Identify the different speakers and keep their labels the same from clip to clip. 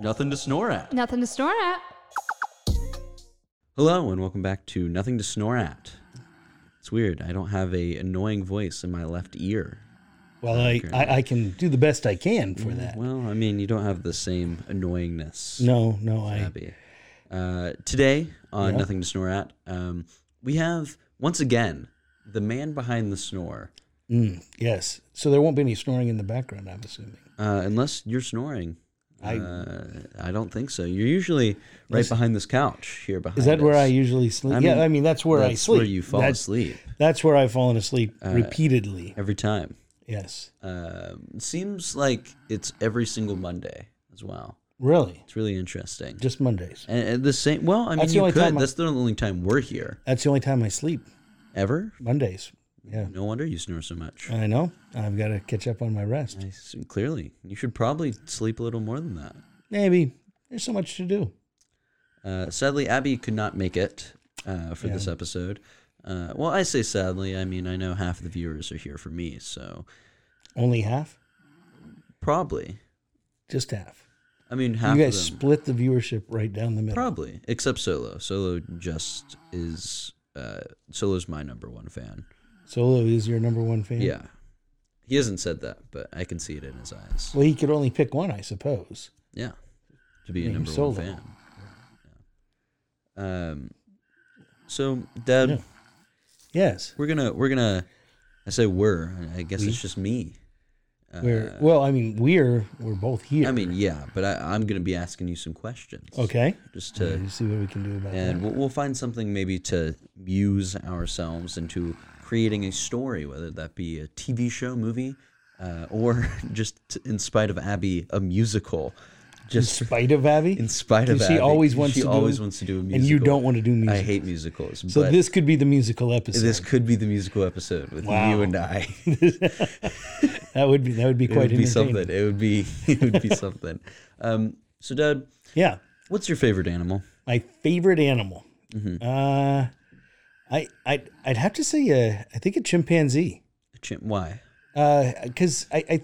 Speaker 1: Nothing to snore at.
Speaker 2: Nothing to snore at.
Speaker 1: Hello and welcome back to Nothing to Snore at. It's weird. I don't have a annoying voice in my left ear.
Speaker 3: Well, I, I, I can do the best I can for
Speaker 1: Mm,
Speaker 3: that.
Speaker 1: Well, I mean, you don't have the same annoyingness.
Speaker 3: No, no, I.
Speaker 1: Abby. Uh, today on Nothing to Snore at, um, we have once again the man behind the snore.
Speaker 3: Mm, yes. So there won't be any snoring in the background, I'm assuming.
Speaker 1: Uh, unless you're snoring.
Speaker 3: I-
Speaker 1: uh, I don't think so. You're usually right behind this couch here behind.
Speaker 3: Is that where
Speaker 1: us.
Speaker 3: I usually sleep? yeah, I mean that's where I
Speaker 1: that's
Speaker 3: sleep.
Speaker 1: where you fall
Speaker 3: That's-
Speaker 1: asleep Uh,
Speaker 3: That's where I've fallen asleep repeatedly.
Speaker 1: every time.
Speaker 3: Yes.
Speaker 1: Um, seems like it's every single Monday as well.
Speaker 3: Really?
Speaker 1: It's really interesting.
Speaker 3: Just Mondays.
Speaker 1: and, and the same. Well, I mean,
Speaker 3: That's the
Speaker 1: you
Speaker 3: only
Speaker 1: could.
Speaker 3: time I-
Speaker 1: That's the only time we're here
Speaker 3: That's the only time I sleep.
Speaker 1: ever.
Speaker 3: Mondays. Yeah.
Speaker 1: No wonder you snore so much.
Speaker 3: I know. I've got to catch up on my rest.
Speaker 1: I s- clearly, you should probably sleep a little more than that.
Speaker 3: Maybe. There's so much to do.
Speaker 1: Uh, sadly, Abby could not make it uh, for this episode. Uh, well, I say sadly. I mean, I know half the viewers are here for me, so
Speaker 3: Only half?
Speaker 1: probably.
Speaker 3: Just half.
Speaker 1: I mean, half
Speaker 3: you
Speaker 1: of
Speaker 3: guys
Speaker 1: them.
Speaker 3: split the viewership right down the middle.
Speaker 1: Probably, except Solo. Solo just is. Uh, Solo's my number one fan.
Speaker 3: Solo is your number one fan.
Speaker 1: Yeah, he hasn't said that, but I can see it in his eyes.
Speaker 3: Well, he could only pick one, I suppose.
Speaker 1: Yeah, to be a
Speaker 3: Name
Speaker 1: number
Speaker 3: Solo.
Speaker 1: one fan. Yeah. Um, so Dad,
Speaker 3: Yeah. Yes.
Speaker 1: we're gonna we're gonna. I say we're. I guess
Speaker 3: We?
Speaker 1: it's just me. Uh,
Speaker 3: We're well, I mean, we're we're both here.
Speaker 1: I mean, yeah, but I, I'm gonna be asking you some questions.
Speaker 3: okay. Mm-hmm.
Speaker 1: Just
Speaker 3: Yeah,
Speaker 1: to
Speaker 3: you see what we can do about
Speaker 1: and
Speaker 3: that.
Speaker 1: we'll, we'll find something maybe to muse ourselves into creating a story, whether that be a TV show, movie, uh, or just t- in spite of Abby, a musical.
Speaker 3: In
Speaker 1: Just
Speaker 3: spite of Abby,
Speaker 1: in spite of
Speaker 3: You see,
Speaker 1: Abby,
Speaker 3: always wants
Speaker 1: she
Speaker 3: to
Speaker 1: always
Speaker 3: do,
Speaker 1: wants to do a musical,
Speaker 3: and you don't want to do music.
Speaker 1: I hate musicals.
Speaker 3: So
Speaker 1: but
Speaker 3: this could be the musical episode.
Speaker 1: this could be the musical episode with
Speaker 3: Wow.
Speaker 1: you and I.
Speaker 3: that would be that would be
Speaker 1: it would
Speaker 3: quite
Speaker 1: be
Speaker 3: entertaining.
Speaker 1: something. It would be it would be something. Um, so, Dad,
Speaker 3: Yeah,
Speaker 1: what's your favorite animal?
Speaker 3: my favorite animal.
Speaker 1: Mm-hmm.
Speaker 3: Uh, I I I'd have to say uh, I think a chimpanzee.
Speaker 1: A chimp. Why?
Speaker 3: because Uh, I, I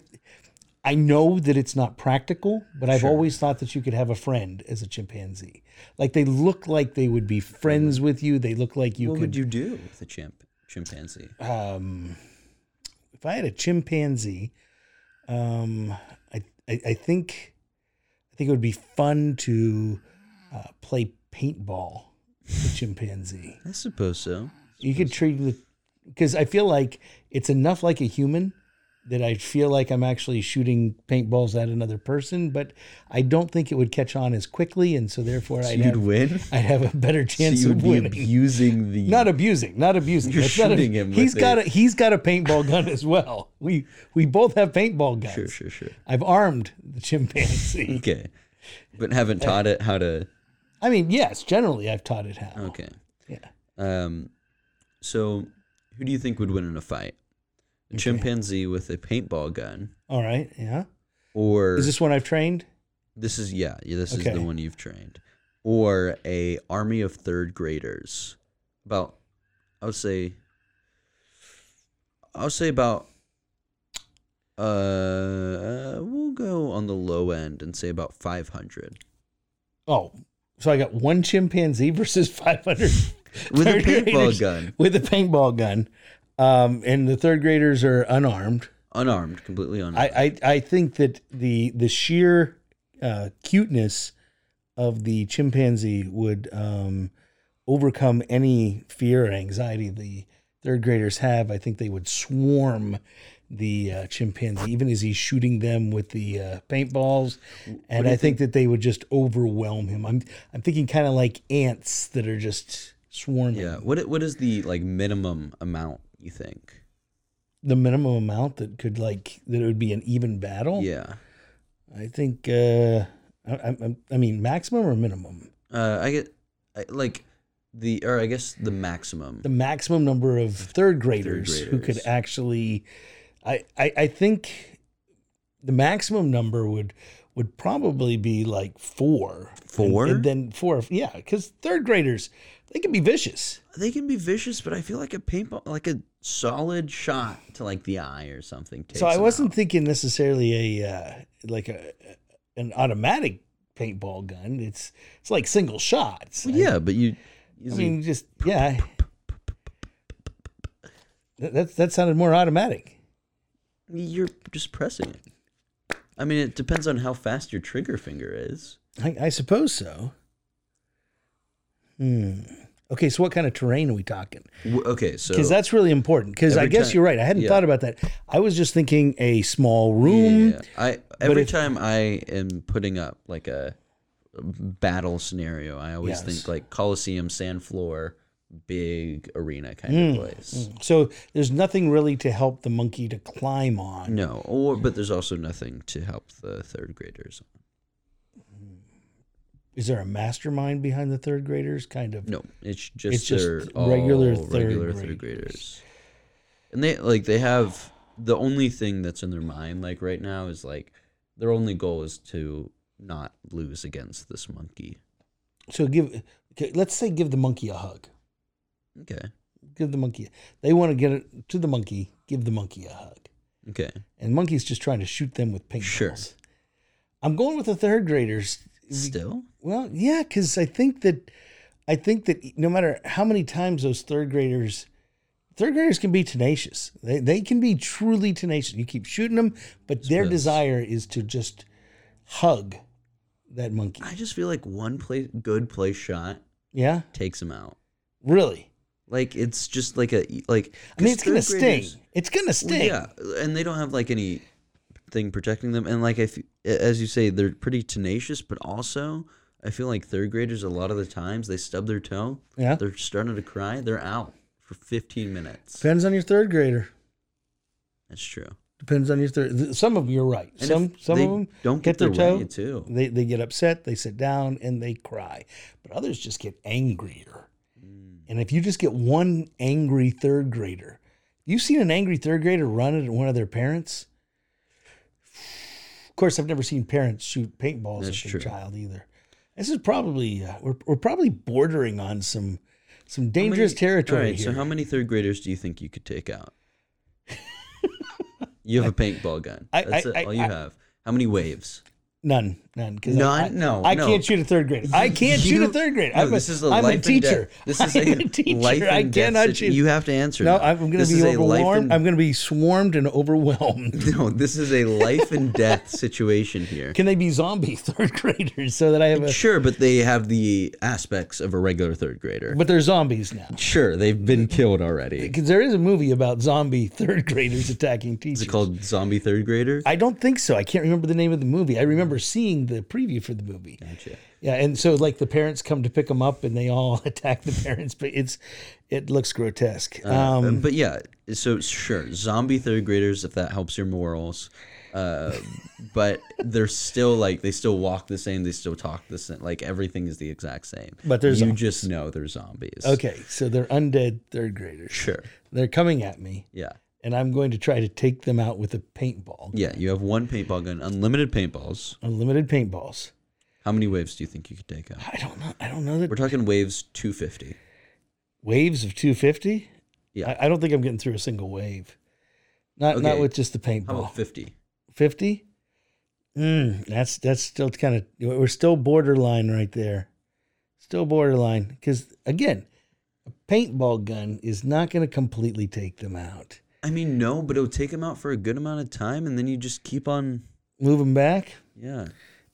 Speaker 3: I know that it's not practical, but I've
Speaker 1: Sure.
Speaker 3: always thought that you could have a friend as a chimpanzee. Like they look like they would be friends with you. They look like you
Speaker 1: what
Speaker 3: could.
Speaker 1: would you do with a chimp? Chimpanzee.
Speaker 3: um, if I had a chimpanzee, um, I, I I think I think it would be fun to uh, play paintball with a chimpanzee.
Speaker 1: I suppose so.
Speaker 3: You could treat it because I feel like it's enough like a human that I feel like I'm actually shooting paintballs at another person, but I don't think it would catch on as quickly, and so therefore
Speaker 1: So
Speaker 3: I'd
Speaker 1: you'd
Speaker 3: have,
Speaker 1: win.
Speaker 3: I'd have a better
Speaker 1: So
Speaker 3: chance
Speaker 1: you
Speaker 3: of
Speaker 1: would be
Speaker 3: winning.
Speaker 1: abusing the
Speaker 3: not abusing, not abusing.
Speaker 1: You're
Speaker 3: not
Speaker 1: shooting him
Speaker 3: He's
Speaker 1: with
Speaker 3: got a,
Speaker 1: a-
Speaker 3: he's got a paintball gun as well. We we both have paintball guns.
Speaker 1: sure, sure, sure.
Speaker 3: I've armed the chimpanzee.
Speaker 1: Okay, but haven't taught it how to.
Speaker 3: I mean, yes, generally I've taught it how.
Speaker 1: Okay,
Speaker 3: Yeah.
Speaker 1: um, so who do you think would win in a fight? A chimpanzee with a paintball gun,
Speaker 3: All right. Yeah.
Speaker 1: or
Speaker 3: Is this one I've trained?
Speaker 1: this is yeah, yeah this is
Speaker 3: Okay.
Speaker 1: the one you've trained, or a army of third graders, about I would say, I would say about. Uh, we'll go on the low end and say about five hundred.
Speaker 3: Oh, so I got one chimpanzee versus 500
Speaker 1: With a
Speaker 3: third
Speaker 1: paintball
Speaker 3: graders
Speaker 1: gun.
Speaker 3: With a paintball gun. Um, and the third graders are unarmed.
Speaker 1: unarmed, completely unarmed.
Speaker 3: I, I, I think that the the sheer uh, cuteness of the chimpanzee would um, overcome any fear or anxiety the third graders have. I think they would swarm the uh, chimpanzee, even as he's shooting them with the uh, paintballs. And I think, that they would just overwhelm him. I'm I'm thinking kind of like ants that are just swarming.
Speaker 1: yeah. What i- what is the like minimum amount you think?
Speaker 3: The minimum amount that could like that it would be an even battle.
Speaker 1: Yeah.
Speaker 3: I I think. Uh, I, I, I mean, maximum or minimum?
Speaker 1: Uh, I get I, like the or I guess the maximum.
Speaker 3: The maximum number of third graders, who could
Speaker 1: graders.
Speaker 3: actually. I, I I think the maximum number would would probably be like four. And-
Speaker 1: Four?
Speaker 3: and, then four. Yeah, because third graders they can be vicious.
Speaker 1: they can be vicious, but I feel like a paintball, like a solid shot to like the eye or something. Takes
Speaker 3: so I
Speaker 1: them
Speaker 3: wasn't
Speaker 1: out.
Speaker 3: thinking necessarily a uh, like a an automatic paintball gun. It's it's like single shots.
Speaker 1: Well, yeah, but you.
Speaker 3: I,
Speaker 1: is it-
Speaker 3: mean just yeah. That, that that sounded more automatic.
Speaker 1: you're just pressing it. I mean, it depends on how fast your trigger finger is.
Speaker 3: I, I suppose so. Hmm. Okay, so what kind of terrain are we talking?
Speaker 1: W- Okay, so
Speaker 3: Because that's really important. Because I
Speaker 1: Every
Speaker 3: guess
Speaker 1: time-
Speaker 3: you're right. I hadn't
Speaker 1: yeah.
Speaker 3: thought about that. I was just thinking a small
Speaker 1: Yeah,
Speaker 3: room.
Speaker 1: yeah, yeah. I every
Speaker 3: if-
Speaker 1: time I am putting up like a battle scenario, I always
Speaker 3: Yes.
Speaker 1: think like Coliseum, sand floor, big arena kind of
Speaker 3: Hmm. Mm-hmm.
Speaker 1: place.
Speaker 3: So there's nothing really to help the monkey to climb on.
Speaker 1: No, or but there's also nothing to help the third graders.
Speaker 3: Is there a mastermind behind the third graders? Kind of.
Speaker 1: No, it's just
Speaker 3: It's just
Speaker 1: they're
Speaker 3: regular
Speaker 1: all
Speaker 3: third
Speaker 1: regular third graders, and they like they have the only thing that's in their mind like right now is like their only goal is to not lose against this monkey.
Speaker 3: So give. Okay, let's say give the monkey a hug.
Speaker 1: Okay,
Speaker 3: Give the monkey. They want to get it to the monkey. Give the monkey a hug.
Speaker 1: okay,
Speaker 3: And monkey's just trying to shoot them with paintballs.
Speaker 1: Sure.
Speaker 3: I'm going with the third graders.
Speaker 1: still.
Speaker 3: Well, yeah, because I think that I think that no matter how many times those third graders, third graders can be tenacious. They they can be truly tenacious. You keep shooting them, but their
Speaker 1: Suppose.
Speaker 3: desire is to just hug that monkey.
Speaker 1: I just feel like one play good play shot
Speaker 3: Yeah,
Speaker 1: takes him out.
Speaker 3: really.
Speaker 1: Like it's just like a like.
Speaker 3: I mean,
Speaker 1: 'cause
Speaker 3: it's gonna
Speaker 1: third
Speaker 3: sting.
Speaker 1: graders-
Speaker 3: It's gonna
Speaker 1: Well,
Speaker 3: sting.
Speaker 1: yeah, and they don't have like any thing protecting them. And like I, f- as you say, they're pretty tenacious, but also I feel like third graders a lot of the times they stub their toe.
Speaker 3: Yeah.
Speaker 1: they're starting to cry. They're out for 15 minutes.
Speaker 3: Depends on your third grader.
Speaker 1: That's true.
Speaker 3: Depends on your third. Some of them, you're right.
Speaker 1: And
Speaker 3: some
Speaker 1: if
Speaker 3: some
Speaker 1: they
Speaker 3: of them
Speaker 1: don't get
Speaker 3: hit their,
Speaker 1: their
Speaker 3: toe.
Speaker 1: way, too.
Speaker 3: They they get upset. They sit down and they cry. But others just get angrier.
Speaker 1: Mm.
Speaker 3: And if you just get one angry third grader, you've seen an angry third grader run at one of their parents. Of course, I've never seen parents shoot paintballs
Speaker 1: That's
Speaker 3: at their
Speaker 1: true.
Speaker 3: child either. This is probably uh, we're we're probably bordering on some some dangerous territory
Speaker 1: Alright,
Speaker 3: here.
Speaker 1: So how many third graders do you think you could take out? you have a paintball gun.
Speaker 3: I-
Speaker 1: That's
Speaker 3: I-
Speaker 1: it,
Speaker 3: I-
Speaker 1: all you
Speaker 3: I-
Speaker 1: have. How many waves?
Speaker 3: None, none. 'cause I-
Speaker 1: None?
Speaker 3: I,
Speaker 1: No,
Speaker 3: I
Speaker 1: no.
Speaker 3: can't shoot a third grader. I can't
Speaker 1: You-
Speaker 3: shoot a third grader.
Speaker 1: No,
Speaker 3: I'm a,
Speaker 1: this is a
Speaker 3: I'm
Speaker 1: life
Speaker 3: a
Speaker 1: and
Speaker 3: teacher.
Speaker 1: death- This is
Speaker 3: I'm
Speaker 1: a,
Speaker 3: a teacher.
Speaker 1: life and
Speaker 3: I
Speaker 1: death
Speaker 3: cannot
Speaker 1: sit-
Speaker 3: shoot.
Speaker 1: You have to answer.
Speaker 3: no,
Speaker 1: now.
Speaker 3: I'm going to
Speaker 1: This
Speaker 3: be
Speaker 1: is a life
Speaker 3: overwhelmed.
Speaker 1: and-
Speaker 3: I'm going to be swarmed and overwhelmed.
Speaker 1: no, this is a life and death situation here.
Speaker 3: Can they be zombie third graders so that I have a?
Speaker 1: Sure, but they have the aspects of a regular third grader.
Speaker 3: But they're zombies now.
Speaker 1: Sure, they've been killed already.
Speaker 3: Because there is a movie about zombie third graders attacking teachers.
Speaker 1: Is it called Zombie Third Grader?
Speaker 3: I don't think so. I can't remember the name of the movie. I remember seeing the preview for the movie.
Speaker 1: Gotcha.
Speaker 3: Yeah, and so like the parents come to pick them up, and they all attack the parents. But it's it looks grotesque. um,
Speaker 1: Uh, but yeah, so sure, zombie third graders, if that helps your morals. Uh, but they're still like they still walk the same, they still talk the same, like everything is the exact same.
Speaker 3: But they're
Speaker 1: you
Speaker 3: zombies.
Speaker 1: just know they're zombies.
Speaker 3: Um, Okay, so they're undead third graders.
Speaker 1: sure,
Speaker 3: They're coming at me,
Speaker 1: yeah,
Speaker 3: and I'm going to try to take them out with a paintball,
Speaker 1: yeah. You have one paintball gun, unlimited paintballs.
Speaker 3: unlimited paintballs.
Speaker 1: How many waves do you think you could take out?
Speaker 3: I don't know. I don't know that
Speaker 1: We're talking waves two fifty.
Speaker 3: waves of 250.
Speaker 1: Yeah.
Speaker 3: I, I don't think I'm getting through a single wave. Not not
Speaker 1: Okay.
Speaker 3: with just the
Speaker 1: How about
Speaker 3: paintball.
Speaker 1: fifty?
Speaker 3: 50. Mm, that's that's still kind of we're still borderline right there. Still borderline because again, a paintball gun is not going to completely take them out.
Speaker 1: I mean, no, but it'll take them out for a good amount of time, and then you just keep on.
Speaker 3: Move them back.
Speaker 1: Yeah,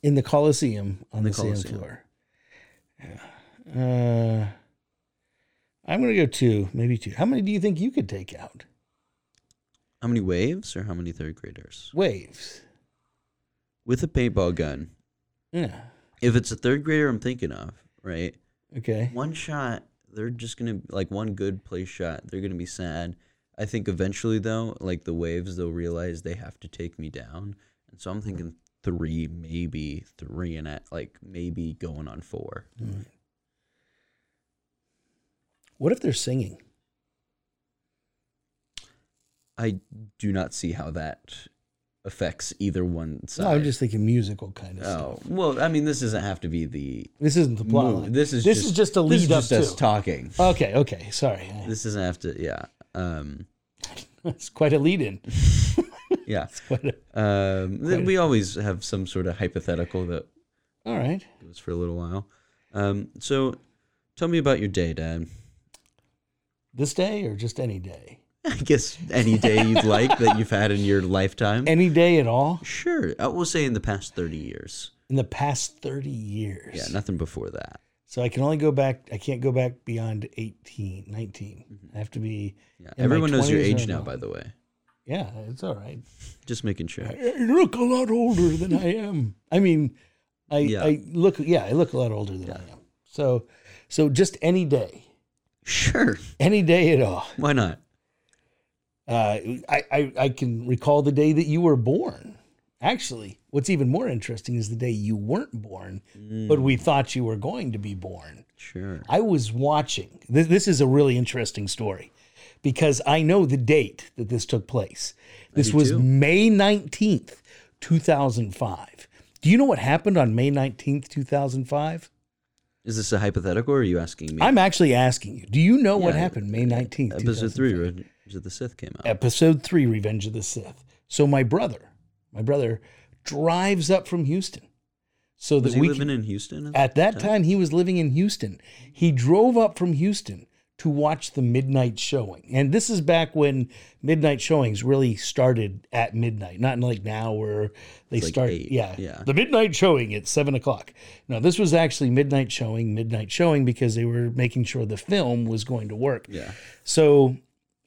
Speaker 3: in the Coliseum on
Speaker 1: In
Speaker 3: the,
Speaker 1: the
Speaker 3: sand
Speaker 1: Colosseum.
Speaker 3: floor. Uh, I'm gonna go two, maybe two. How many do you think you could take out?
Speaker 1: how many waves or how many third graders
Speaker 3: Waves.
Speaker 1: with a paintball gun?
Speaker 3: Yeah.
Speaker 1: if it's a third grader I'm thinking of, right?
Speaker 3: Okay.
Speaker 1: One shot, they're just gonna like one good play shot, they're gonna be sad. I think eventually though, like the waves, they'll realize they have to take me down. And so I'm thinking three, maybe three and a, like maybe going on four.
Speaker 3: What if they're singing?
Speaker 1: I do not see how that affects either one side.
Speaker 3: No, I'm just thinking musical kind of
Speaker 1: Oh
Speaker 3: stuff.
Speaker 1: well, I mean, this doesn't have to be the.
Speaker 3: This isn't the plot.
Speaker 1: movie.
Speaker 3: line.
Speaker 1: This is
Speaker 3: this
Speaker 1: just,
Speaker 3: is just a
Speaker 1: this
Speaker 3: lead
Speaker 1: is
Speaker 3: up
Speaker 1: just us
Speaker 3: to.
Speaker 1: talking.
Speaker 3: okay, okay, sorry.
Speaker 1: This doesn't have to. Yeah. Um.
Speaker 3: It's quite a lead in.
Speaker 1: Yeah.
Speaker 3: Quite a,
Speaker 1: Um. th- we always have some sort of hypothetical that
Speaker 3: all right.
Speaker 1: goes for a little while. Um. So, tell me about your day, Dad.
Speaker 3: This day or just any day?
Speaker 1: I guess any day you'd like that you've had in your lifetime.
Speaker 3: Any day at all
Speaker 1: sure. I will say in the past thirty years.
Speaker 3: in the past 30 years.
Speaker 1: Yeah. Nothing before that.
Speaker 3: So I can only go back, I can't go back beyond 18, 19. I have to be.
Speaker 1: Mm-hmm. Yeah.
Speaker 3: in my
Speaker 1: Everyone knows your
Speaker 3: 20s or
Speaker 1: age now,
Speaker 3: above.
Speaker 1: by the way.
Speaker 3: Yeah, it's all right.
Speaker 1: Just making sure.
Speaker 3: I look a lot older than I am. I mean, I,
Speaker 1: Yeah.
Speaker 3: I look, yeah, I look a lot older than I am. So, so just any day,
Speaker 1: Sure.
Speaker 3: any day at all.
Speaker 1: Why not?
Speaker 3: Uh, I, I, I can recall the day that you were born. Actually, what's even more interesting is the day you weren't born, but we thought you were going to be born.
Speaker 1: Sure.
Speaker 3: I was watching. This, this is a really interesting story because I know the date that this took place. This
Speaker 1: do
Speaker 3: was
Speaker 1: too.
Speaker 3: May 19th, 2005. Do you know what happened on May 19th, 2005?
Speaker 1: Is this a hypothetical or are you asking me?
Speaker 3: I'm actually asking you. Do you know what
Speaker 1: Yeah,
Speaker 3: happened May 19th?
Speaker 1: Episode
Speaker 3: 2005?
Speaker 1: three, Revenge of the Sith came out.
Speaker 3: episode three, Revenge of the Sith. So my brother, my brother drives up from Houston so that
Speaker 1: Was he
Speaker 3: we
Speaker 1: living
Speaker 3: can,
Speaker 1: in Houston?
Speaker 3: at that time he was living in Houston. He drove up from Houston to watch the midnight showing. And this is back when midnight showings really started at midnight, not like now where they
Speaker 1: It's like
Speaker 3: start.
Speaker 1: eight,
Speaker 3: yeah,
Speaker 1: yeah.
Speaker 3: The midnight showing at seven o'clock. No, this was actually midnight showing, midnight showing because they were making sure the film was going to work.
Speaker 1: Yeah.
Speaker 3: So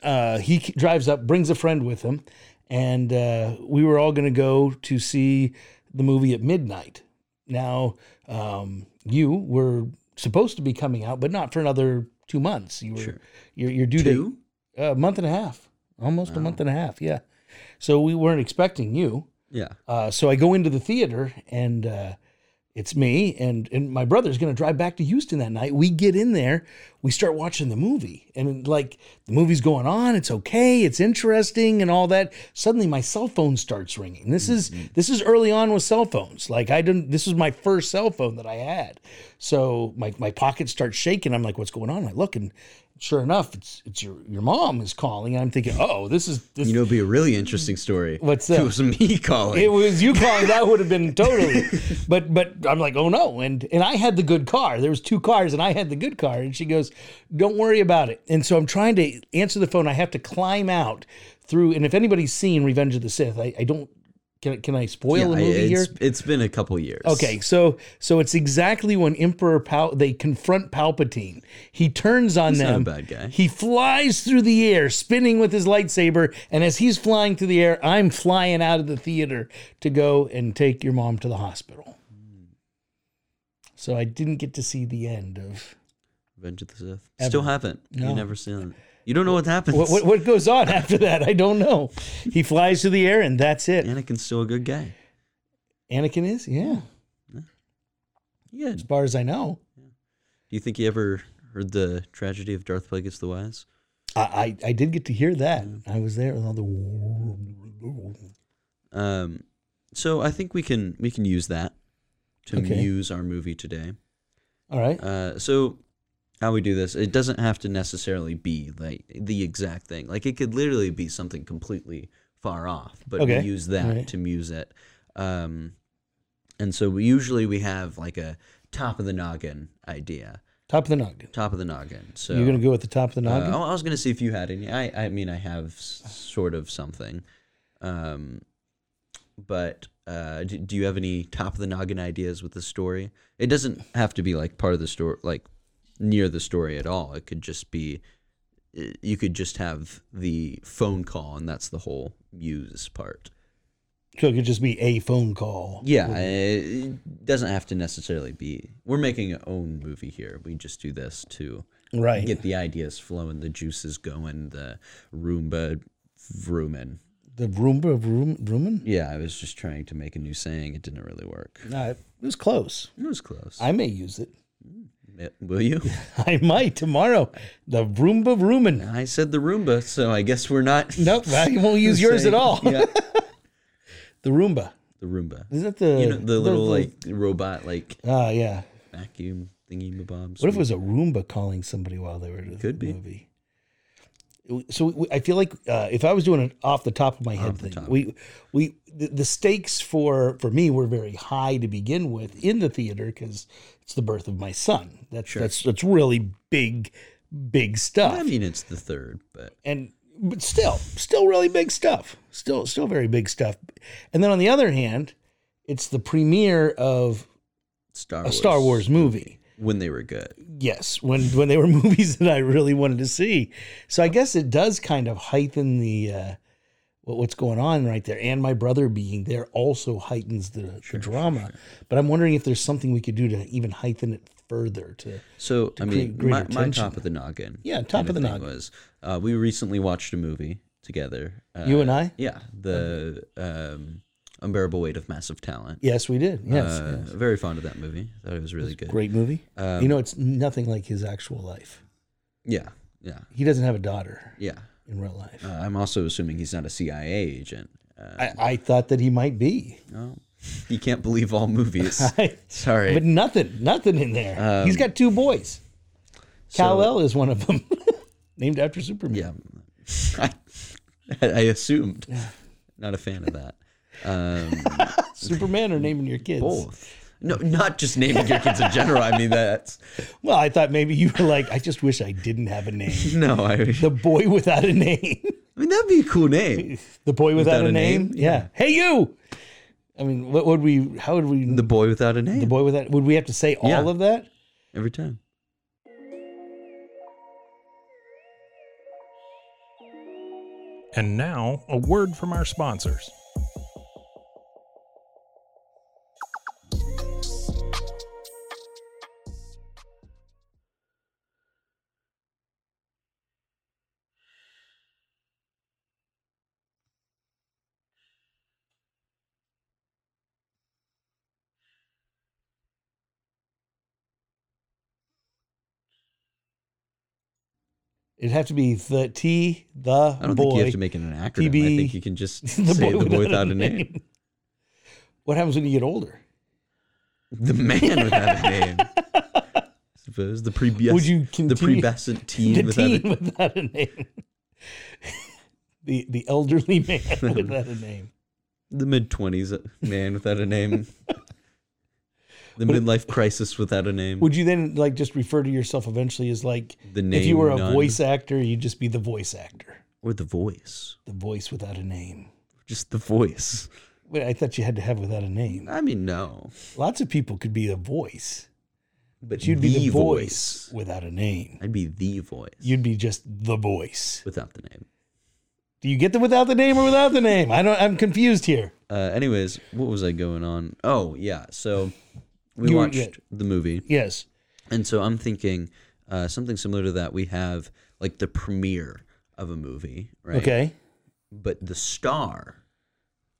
Speaker 3: uh, he k- drives up, brings a friend with him, and uh, we were all going to go to see the movie at midnight. Now, um, you were supposed to be coming out, but not for another two months. You were you're, you're due to
Speaker 1: Two?
Speaker 3: a month and a half, almost a month and a half. Yeah. So we weren't expecting you.
Speaker 1: Yeah.
Speaker 3: Uh, so I go into the theater and uh, it's me and and my brother's going to drive back to Houston that night. We get in there, we start watching the movie, and like the movie's going on, it's okay, it's interesting, and all that. Suddenly, my cell phone starts ringing. This is this is early on with cell phones. Like I didn't. This was my first cell phone that I had, so my my pocket starts shaking. I'm like, what's going on? I look and. Sure enough, it's it's your your mom is calling, and I'm thinking, oh, this is this
Speaker 1: You know, it'd be a really interesting story.
Speaker 3: What's
Speaker 1: It
Speaker 3: that?
Speaker 1: was me calling.
Speaker 3: it was you calling that would have been totally but but i'm like oh no and and i had the good car there was two cars and i had the good car and she goes don't worry about it and so i'm trying to answer the phone i have to climb out through and if anybody's seen revenge of the sith i, I don't can, can i spoil
Speaker 1: yeah,
Speaker 3: the
Speaker 1: I-
Speaker 3: movie here
Speaker 1: it's, it's been a couple years.
Speaker 3: Okay, so so it's exactly when Emperor Pal they confront Palpatine. He turns on
Speaker 1: He's not a
Speaker 3: them.
Speaker 1: bad guy.
Speaker 3: He flies through the air, spinning with his lightsaber, and as he's flying through the air, I'm flying out of the theater to go and take your mom to the hospital. So I didn't get to see the end of
Speaker 1: Revenge of the Sith. Still haven't.
Speaker 3: No.
Speaker 1: You never seen it. You don't know what happens.
Speaker 3: what, what what goes on after that. I don't know. He flies through the air, and that's it.
Speaker 1: Anakin's still a good guy.
Speaker 3: Anakin is, yeah,
Speaker 1: Yeah.
Speaker 3: as
Speaker 1: Do
Speaker 3: far as I know.
Speaker 1: you think you ever heard the tragedy of Darth Plagueis the Wise?
Speaker 3: I, I, I did get to hear that. I was there with all the.
Speaker 1: Um, so I think we can we can use that to
Speaker 3: Okay.
Speaker 1: muse our movie today.
Speaker 3: All right.
Speaker 1: Uh, so how we do this it doesn't have to necessarily be like the exact thing like it could literally be something completely far off but
Speaker 3: Okay.
Speaker 1: we use that
Speaker 3: Right.
Speaker 1: to muse it um, and so we usually we have like a top of the noggin idea
Speaker 3: Top of the noggin.
Speaker 1: top of the noggin so
Speaker 3: You're gonna go with the top of the
Speaker 1: uh,
Speaker 3: noggin.
Speaker 1: I was gonna see if you had any. I, I mean, I have s- sort of something, um, but uh, do, do you have any top of the noggin ideas with the story? It doesn't have to be like part of the story, like near the story at all. It could just be, i- you could just have the phone call, and that's the whole muse part.
Speaker 3: so it could just be a phone call.
Speaker 1: Yeah, it it doesn't have to necessarily be. We're making our own movie here. We just do this to
Speaker 3: Right.
Speaker 1: get the ideas flowing, the juices going, the Roomba vrooming.
Speaker 3: The Roomba of room, Roomin?
Speaker 1: Yeah, I was just trying to make a new saying. It didn't really work.
Speaker 3: No, it was close.
Speaker 1: It was close.
Speaker 3: I may use it.
Speaker 1: Yeah, will you?
Speaker 3: I might tomorrow. The Roomba of Roomin.
Speaker 1: I said the Roomba, so I guess we're not.
Speaker 3: Nope, I won't use yours at
Speaker 1: saying-
Speaker 3: all.
Speaker 1: Yeah,
Speaker 3: The Roomba.
Speaker 1: the Roomba.
Speaker 3: Is that the
Speaker 1: You know, the little like robot like
Speaker 3: Ah, yeah.
Speaker 1: vacuum thingy mabobs.
Speaker 3: What if it was a Roomba calling somebody while they were at
Speaker 1: Could
Speaker 3: the
Speaker 1: be.
Speaker 3: movie? So we- I feel like uh, if I was doing it off the top of my head
Speaker 1: Off the
Speaker 3: thing,
Speaker 1: top.
Speaker 3: we we the, the stakes for for me were very high to begin with in the theater because it's the birth of my son. That's
Speaker 1: Sure.
Speaker 3: that's that's really big, big stuff,
Speaker 1: I mean, it's the third, but
Speaker 3: and but still, still really big stuff. Still, still very big stuff. And then on the other hand, it's the premiere of
Speaker 1: Star
Speaker 3: a
Speaker 1: Wars.
Speaker 3: Oh, Star Wars movie.
Speaker 1: when they were good.
Speaker 3: yes when when they were movies that i really wanted to see so i guess it does kind of heighten the uh what, what's going on right there and my brother being there also heightens the, the drama but i'm wondering if there's something we could do to even heighten it further to
Speaker 1: So I mean,
Speaker 3: create
Speaker 1: my,
Speaker 3: greater
Speaker 1: my
Speaker 3: tension.
Speaker 1: top of the noggin.
Speaker 3: Yeah, top
Speaker 1: kinda
Speaker 3: of the
Speaker 1: thing
Speaker 3: noggin.
Speaker 1: was uh, we recently watched a movie together. Uh,
Speaker 3: You and I?
Speaker 1: Yeah, the um, unbearable weight of massive talent.
Speaker 3: yes we did yes,
Speaker 1: uh,
Speaker 3: yes.
Speaker 1: very fond of that movie. Thought it was really good.
Speaker 3: great movie
Speaker 1: Um,
Speaker 3: you know it's nothing like his actual life
Speaker 1: Yeah, yeah,
Speaker 3: he doesn't have a daughter
Speaker 1: yeah.
Speaker 3: in real life
Speaker 1: Uh, I'm also assuming he's not a CIA agent. Uh,
Speaker 3: I, I thought that he might be
Speaker 1: no, you can't believe all movies. Sorry.
Speaker 3: but nothing, nothing in there.
Speaker 1: Um,
Speaker 3: He's got two boys. Kal El is one of them, named after Superman.
Speaker 1: Yeah, I, I assumed. Not a fan of that. Um,
Speaker 3: Superman or naming your kids.
Speaker 1: both. No, not just naming your kids in general. I mean that's
Speaker 3: Well, I thought maybe you were like, I just wish I didn't have a name.
Speaker 1: no. I,
Speaker 3: The boy without a name.
Speaker 1: I mean that'd be a cool name.
Speaker 3: The boy without, a, name. Yeah. Hey you. I mean, what would we? How would we?
Speaker 1: The
Speaker 3: The,
Speaker 1: boy without a name.
Speaker 3: boy without. Would we have to say all
Speaker 1: Yeah.
Speaker 3: of that?
Speaker 1: Every time.
Speaker 2: And now, a word from our sponsors.
Speaker 3: It'd have to be the T the
Speaker 1: I don't
Speaker 3: boy.
Speaker 1: think you have to make it an acronym. I
Speaker 3: TB,
Speaker 1: think you can just
Speaker 3: the
Speaker 1: say
Speaker 3: boy
Speaker 1: the boy without a name.
Speaker 3: What happens when you get older?
Speaker 1: The man without a name. I suppose the prebes-
Speaker 3: Would you
Speaker 1: the
Speaker 3: continue-
Speaker 1: prebescent teen
Speaker 3: the
Speaker 1: without
Speaker 3: teen
Speaker 1: a
Speaker 3: without a name. the the elderly man without a name.
Speaker 1: the mid twenties man without a name. The midlife crisis without a name.
Speaker 3: Would you then like just refer to yourself eventually as like
Speaker 1: The
Speaker 3: if you
Speaker 1: name
Speaker 3: were a
Speaker 1: none.
Speaker 3: voice actor, you'd just be the voice actor,
Speaker 1: or the voice.
Speaker 3: the voice without a name.
Speaker 1: Just the voice.
Speaker 3: Wait, I thought you had to have without a name.
Speaker 1: I mean, no.
Speaker 3: Lots of people could be a voice,
Speaker 1: But
Speaker 3: but you'd be the voice without a name.
Speaker 1: I'd be the voice
Speaker 3: You'd be just the voice.
Speaker 1: without the name.
Speaker 3: Do you get the without the name or without the name? I don't. I'm confused here.
Speaker 1: Uh, anyways, what was I going on? Oh, yeah. So we
Speaker 3: You were-
Speaker 1: watched
Speaker 3: yeah.
Speaker 1: the movie.
Speaker 3: Yes.
Speaker 1: And so I'm thinking uh, something similar to that. We have like the premiere of a movie, right?
Speaker 3: Okay.
Speaker 1: But the star,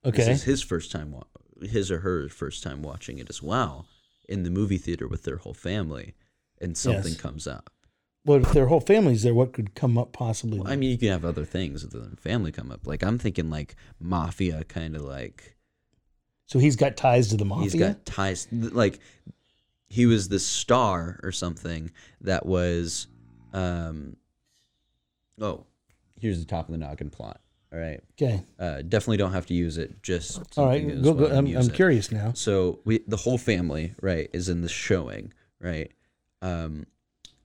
Speaker 1: this
Speaker 3: Okay.
Speaker 1: is his first time, wa- his or her first time watching it as well in the movie theater with their whole family. And something
Speaker 3: Yes.
Speaker 1: comes up.
Speaker 3: well, if their whole family's there, what could come up possibly?
Speaker 1: Well, I mean, you can have other things other than family come up. Like I'm thinking, like mafia, kind of like
Speaker 3: so he's got ties to the mafia.
Speaker 1: he's got ties. th- Like he was the star or something that was. um Oh, here's the top of the noggin plot. All right,
Speaker 3: okay.
Speaker 1: uh, definitely don't have to use it. Just
Speaker 3: All
Speaker 1: something
Speaker 3: right.
Speaker 1: is
Speaker 3: Go,
Speaker 1: while
Speaker 3: go. I'm,
Speaker 1: use
Speaker 3: I'm
Speaker 1: it.
Speaker 3: curious now.
Speaker 1: So we the whole family, right, is in the showing, right? Um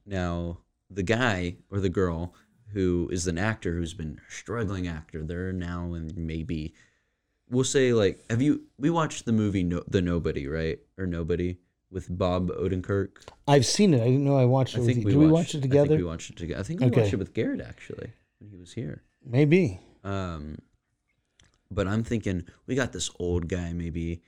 Speaker 1: now the guy or the girl who is an actor who's been a struggling actor, they're now in maybe we'll say like have you we watched the movie no, The Nobody, right? Or Nobody with Bob Odenkirk.
Speaker 3: I've seen it. I didn't know I watched it. with you. Did we watch it
Speaker 1: I think we
Speaker 3: together?
Speaker 1: watched it together. I think we
Speaker 3: Okay.
Speaker 1: watched it with Garrett actually when he was here.
Speaker 3: Maybe.
Speaker 1: Um, but I'm thinking we got this old guy, maybe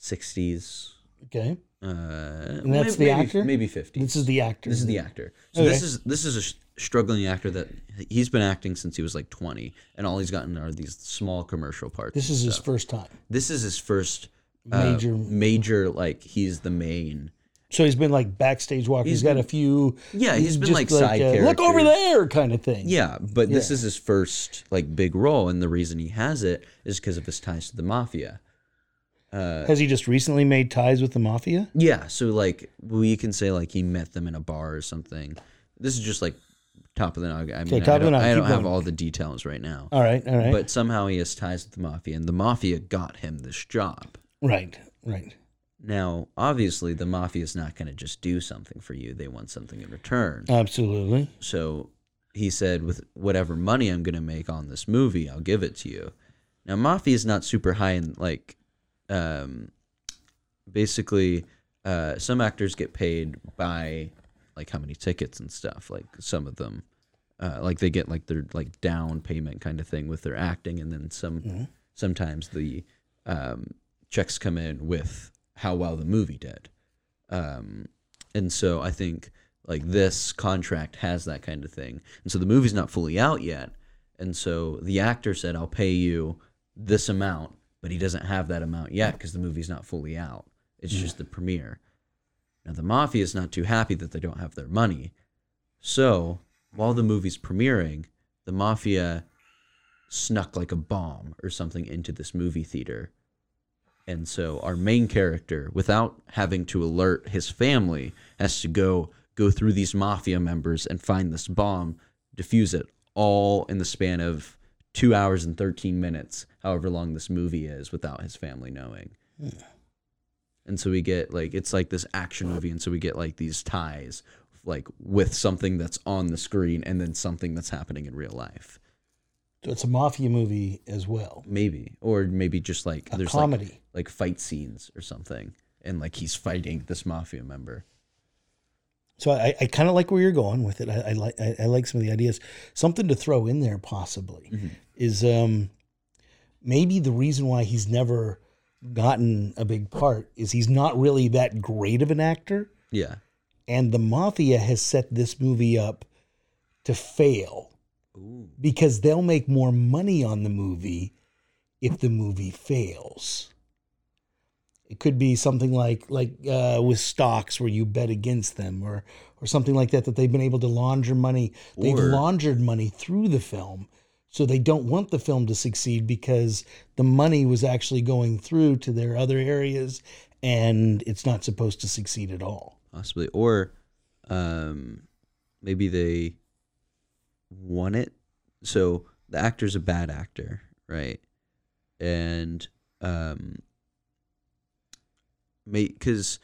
Speaker 1: 60s.
Speaker 3: Okay.
Speaker 1: Uh,
Speaker 3: that's
Speaker 1: may-
Speaker 3: the
Speaker 1: maybe,
Speaker 3: actor?
Speaker 1: Maybe 50s.
Speaker 3: This is the actor.
Speaker 1: This is the actor. So
Speaker 3: Okay.
Speaker 1: this is this is a sh- struggling actor that he's been acting since he was like 20, and all he's gotten are these small commercial parts.
Speaker 3: This
Speaker 1: and
Speaker 3: is his
Speaker 1: stuff.
Speaker 3: first time.
Speaker 1: this is his first uh,
Speaker 3: Major-
Speaker 1: major like he's the main.
Speaker 3: So he's been like backstage walk. he's got a few.
Speaker 1: Yeah, he's been
Speaker 3: just
Speaker 1: like side
Speaker 3: uh, Look over
Speaker 1: characters.
Speaker 3: there, kind of thing.
Speaker 1: Yeah, but this
Speaker 3: Yeah.
Speaker 1: is his first like big role, and the reason he has it is because of his ties to the mafia. Uh,
Speaker 3: Has he just recently made ties with the mafia?
Speaker 1: yeah, so like we can say like he met them in a bar or something. This is just like top of the nog. I mean,
Speaker 3: top
Speaker 1: I
Speaker 3: of the
Speaker 1: don't,
Speaker 3: nog,
Speaker 1: I
Speaker 3: keep
Speaker 1: don't have
Speaker 3: going.
Speaker 1: all the details right now,
Speaker 3: All right, all right,
Speaker 1: but somehow he has ties with the mafia, and the mafia got him this job.
Speaker 3: right, right.
Speaker 1: Now, obviously, the mafia is not going to just do something for you; they want something in return.
Speaker 3: Absolutely.
Speaker 1: So he said, with whatever money I'm going to make on this movie, I'll give it to you. Now, Mafia is not super high in, like, um, basically, uh, some actors get paid by, like, how many tickets and stuff. Like, some of them, uh, like, they get, like, their, like, down payment kind of thing with their acting. And then some, sometimes the, um, checks come in with how well the movie did. Um, and so I think like this contract has that kind of thing. And so the movie's not fully out yet. And so the actor said, I'll pay you this amount, but he doesn't have that amount yet because the movie's not fully out. It's just the premiere. Now the mafia is not too happy that they don't have their money. So while the movie's premiering, the mafia snuck like a bomb or something into this movie theater. And so our main character, without having to alert his family, has to go go through these mafia members and find this bomb, defuse it all in the span of two hours and thirteen minutes, however long this movie is, without his family knowing. And so we get like it's like this action movie, and so we get like these ties, like with something that's on the screen and then something that's happening in real life,
Speaker 3: So it's a mafia movie as well.
Speaker 1: maybe, or maybe just like
Speaker 3: A
Speaker 1: there's like
Speaker 3: comedy.
Speaker 1: like fight scenes or something and like he's fighting this mafia member
Speaker 3: so I, I kind of like where you're going with it. I, I like I, I like some of the ideas. Something to throw in there possibly is um, maybe the reason why he's never gotten a big part is he's not really that great of an actor.
Speaker 1: yeah
Speaker 3: and the mafia has set this movie up to fail because they'll make more money on the movie if the movie fails. It could be something like like uh, with stocks where you bet against them or or something like that that they've been able to launder money. They've
Speaker 1: Or-
Speaker 3: laundered money through the film. So they don't want the film to succeed because the money was actually going through to their other areas and it's not supposed to succeed at all.
Speaker 1: possibly or um maybe they won it so the actor's a bad actor right and um mate because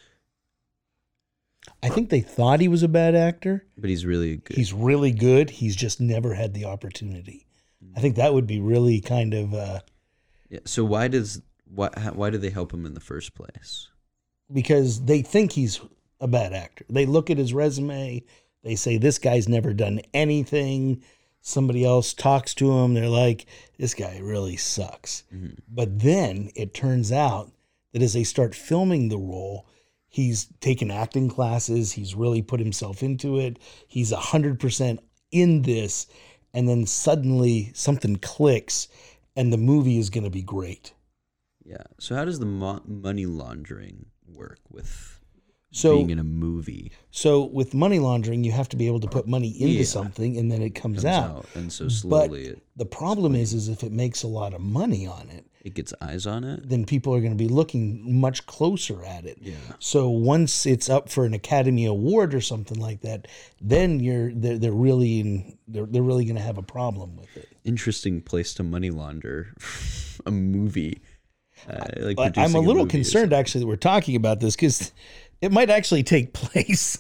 Speaker 3: I think they thought he was a bad actor.
Speaker 1: but he's really good
Speaker 3: He's really good. He's just never had the opportunity. I think that would be really kind of uh,
Speaker 1: yeah, so why does why how- why do they help him in the first place
Speaker 3: because they think he's a bad actor. They look at his resume. They say this guy's never done anything. Somebody else talks to him. They're like, this guy really sucks.
Speaker 1: Mm-hmm.
Speaker 3: But then it turns out that as they start filming the role, he's taken acting classes. He's really put himself into it. He's 100% in this. And then suddenly something clicks and the movie is going to be great.
Speaker 1: yeah so how does the mo- money laundering work with
Speaker 3: So
Speaker 1: being in a movie
Speaker 3: So with money laundering, you have to be able to put money into
Speaker 1: Yeah.
Speaker 3: something and then it comes,
Speaker 1: comes
Speaker 3: out.
Speaker 1: out and so slowly
Speaker 3: but
Speaker 1: it
Speaker 3: the problem is, is if it makes a lot of money on it,
Speaker 1: it gets eyes on it.
Speaker 3: then people are going to be looking much closer at it.
Speaker 1: Yeah.
Speaker 3: So once it's up for an Academy Award or something like that, then you're they're, they're really in, they're they're really going to have a problem with it.
Speaker 1: Interesting place to money launder a movie. Uh, like
Speaker 3: But I'm
Speaker 1: producing
Speaker 3: a little
Speaker 1: movie is-
Speaker 3: concerned actually that we're talking about this because it might actually take place.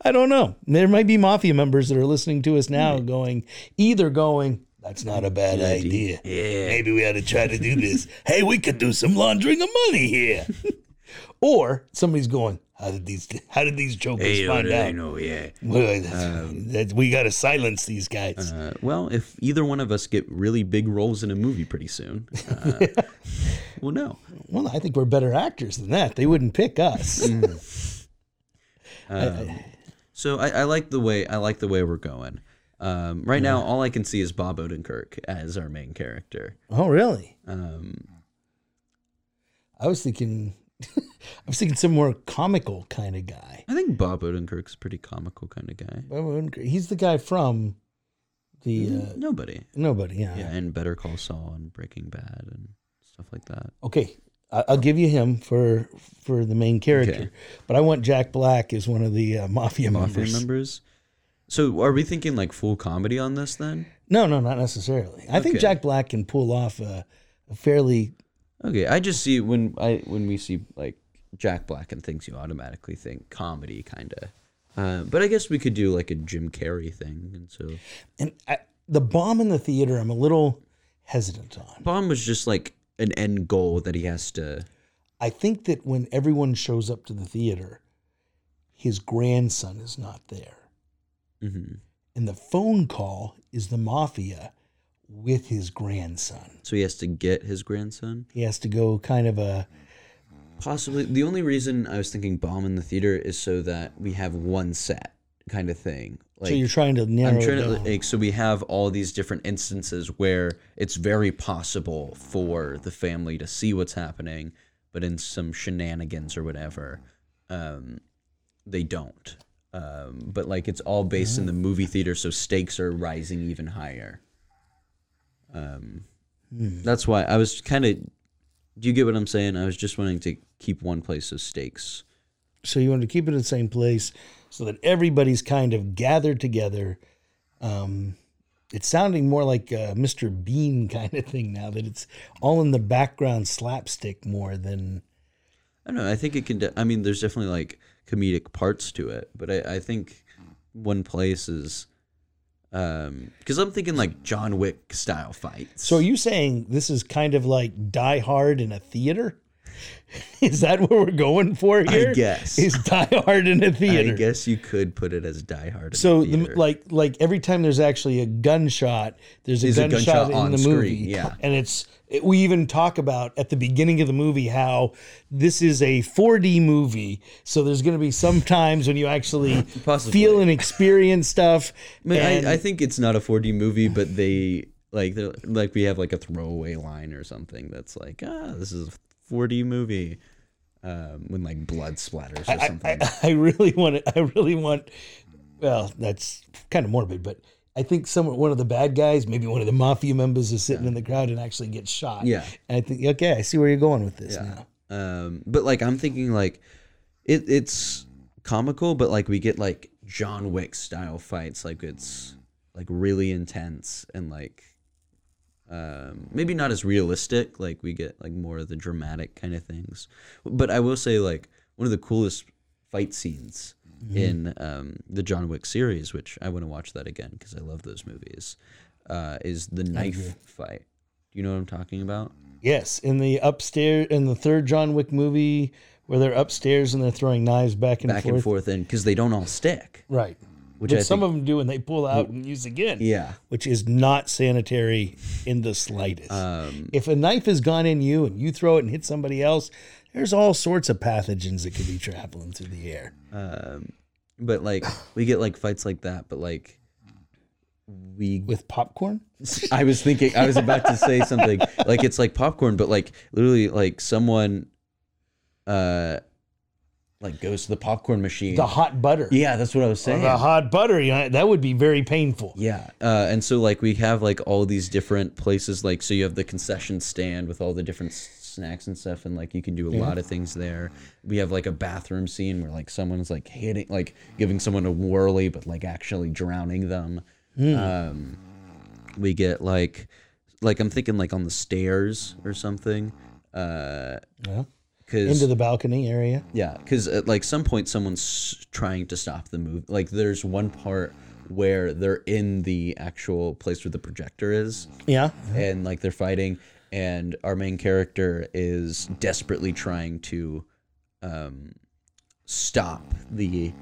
Speaker 3: I don't know. There might be mafia members that are listening to us now going, either going, that's not a bad idea. Maybe we ought to try to do this. hey, we could do some laundering of money here. or somebody's going, how did these how did these jokers find out?
Speaker 1: yeah.
Speaker 3: Well, that's- that- we got to silence these guys.
Speaker 1: Uh, well, if either one of us get really big roles in a movie pretty soon, uh, well, no.
Speaker 3: well, I think we're better actors than that. They wouldn't pick us.
Speaker 1: Um, So I, I like the way I like the way we're going. Um, right now, all I can see is Bob Odenkirk as our main character.
Speaker 3: Oh, really?
Speaker 1: Um,
Speaker 3: I was thinking, I was thinking some more comical kind of guy.
Speaker 1: I think Bob Odenkirk's a pretty comical kind of guy.
Speaker 3: Bob Odenkirk- He's the guy from the uh,
Speaker 1: Nobody.
Speaker 3: nobody. Yeah.
Speaker 1: Mm-hmm. Yeah, Uh, and Better Call Saul and Breaking Bad and stuff like that.
Speaker 3: Okay, I- I'll give you him for for the main character,
Speaker 1: Okay.
Speaker 3: but I want Jack Black as one of the uh, mafia,
Speaker 1: Mafia
Speaker 3: members.
Speaker 1: members. So are we thinking like full comedy on this then?
Speaker 3: No, no, not necessarily. I think
Speaker 1: Okay.
Speaker 3: Jack Black can pull off a, a fairly
Speaker 1: Okay, I just see when I when we see like Jack Black and things, you automatically think comedy kind of. Uh, but I guess we could do like a Jim Carrey thing, and so
Speaker 3: and I, the bomb in the theater. I'm a little hesitant on.
Speaker 1: Bomb was just like an end goal that he has to.
Speaker 3: I think that when everyone shows up to the theater, his grandson is not there,
Speaker 1: mhm.
Speaker 3: and the phone call is the mafia with his grandson.
Speaker 1: So he has to get his grandson.
Speaker 3: He has to go kind of a
Speaker 1: Possibly the only reason I was thinking Bomb in the theater is so that we have one set kind of thing. Like
Speaker 3: so you're trying to narrow.
Speaker 1: I'm trying
Speaker 3: it
Speaker 1: to
Speaker 3: down.
Speaker 1: like so we have all these different instances where it's very possible for the family to see what's happening, but in some shenanigans or whatever, um, they don't. Um, but like it's all based in the movie theater, so stakes are rising even higher.
Speaker 3: Hmm.
Speaker 1: Um, that's why I was kind of. Do you get what I'm saying? I was just wanting to keep one place of stakes.
Speaker 3: so you want to keep it in the same place so that everybody's kind of gathered together um it's sounding more like a mr bean kind of thing now that it's all in the background slapstick more than
Speaker 1: I don't know. I think it can. De- I mean, there's definitely like comedic parts to it, but I, I think one place is um because I'm thinking like John Wick style fights.
Speaker 3: so are you saying this is kind of like die hard in a theater is that what we're going for here
Speaker 1: guess.
Speaker 3: is die hard in a
Speaker 1: I
Speaker 3: theater
Speaker 1: guess you could put it as Die Hard. in
Speaker 3: so
Speaker 1: the
Speaker 3: the,
Speaker 1: theater.
Speaker 3: like like every time there's actually a gunshot there's a,
Speaker 1: There's a
Speaker 3: gunshot,
Speaker 1: gunshot
Speaker 3: in
Speaker 1: on
Speaker 3: the
Speaker 1: screen,
Speaker 3: movie
Speaker 1: yeah.
Speaker 3: and it's it, we even talk about at the beginning of the movie how this is a 4d movie so there's going to be some times when you actually
Speaker 1: Possibly.
Speaker 3: feel and experience stuff
Speaker 1: I, mean,
Speaker 3: and
Speaker 1: I, I think it's not a 4D movie, but they like they're- like we have like a throwaway line or something that's like ah this is a 4D movie um, when like blood splatters or something.
Speaker 3: I, I really want to, I really want. Well, that's kind of morbid, but I think some one of the bad guys, maybe one of the mafia members, is sitting in the crowd and actually gets shot.
Speaker 1: Yeah.
Speaker 3: and I think okay, I see where you're going with this now.
Speaker 1: um but like i'm thinking like it it's comical but like we get like john wick style fights like it's like really intense and like um maybe not as realistic like we get like more of the dramatic kind of things but i will say like one of the coolest fight scenes in um the john wick series which i want to watch that again because i love those movies uh is the knife fight do you know what i'm talking about
Speaker 3: Yes, in the upstairs in the third John Wick movie where they're upstairs and they're throwing knives back and
Speaker 1: back
Speaker 3: forth.
Speaker 1: and forth and because they don't all stick
Speaker 3: Right.
Speaker 1: Which
Speaker 3: Which
Speaker 1: I
Speaker 3: some of them do and they pull out and use again.
Speaker 1: yeah
Speaker 3: Which is not sanitary in the slightest. if a knife has gone in you and you throw it and hit somebody else, there's all sorts of pathogens that could be traveling through the air.
Speaker 1: but like we get like fights like that but like we
Speaker 3: With popcorn?
Speaker 1: i was thinking i was about to say something like it's like popcorn but like literally like someone uh like goes to the popcorn machine
Speaker 3: The hot butter.
Speaker 1: yeah that's what i was saying
Speaker 3: The hot butter, you know, that would be very painful.
Speaker 1: Yeah. Uh, and so like we have like all these different places like so you have the concession stand with all the different s- snacks and stuff and like you can do a lot of things there. We have like a bathroom scene where like someone's like hitting like giving someone a whirly but like actually drowning them.
Speaker 3: Hmm.
Speaker 1: Um we get like like I'm thinking like on the stairs or something. Uh
Speaker 3: Yeah.
Speaker 1: 'cause
Speaker 3: Into the balcony area.
Speaker 1: yeah, because at like some point someone's trying to stop the move. Like there's one part where they're in the actual place where the projector is,
Speaker 3: Yeah.
Speaker 1: and like they're fighting, and our main character is desperately trying to um, stop the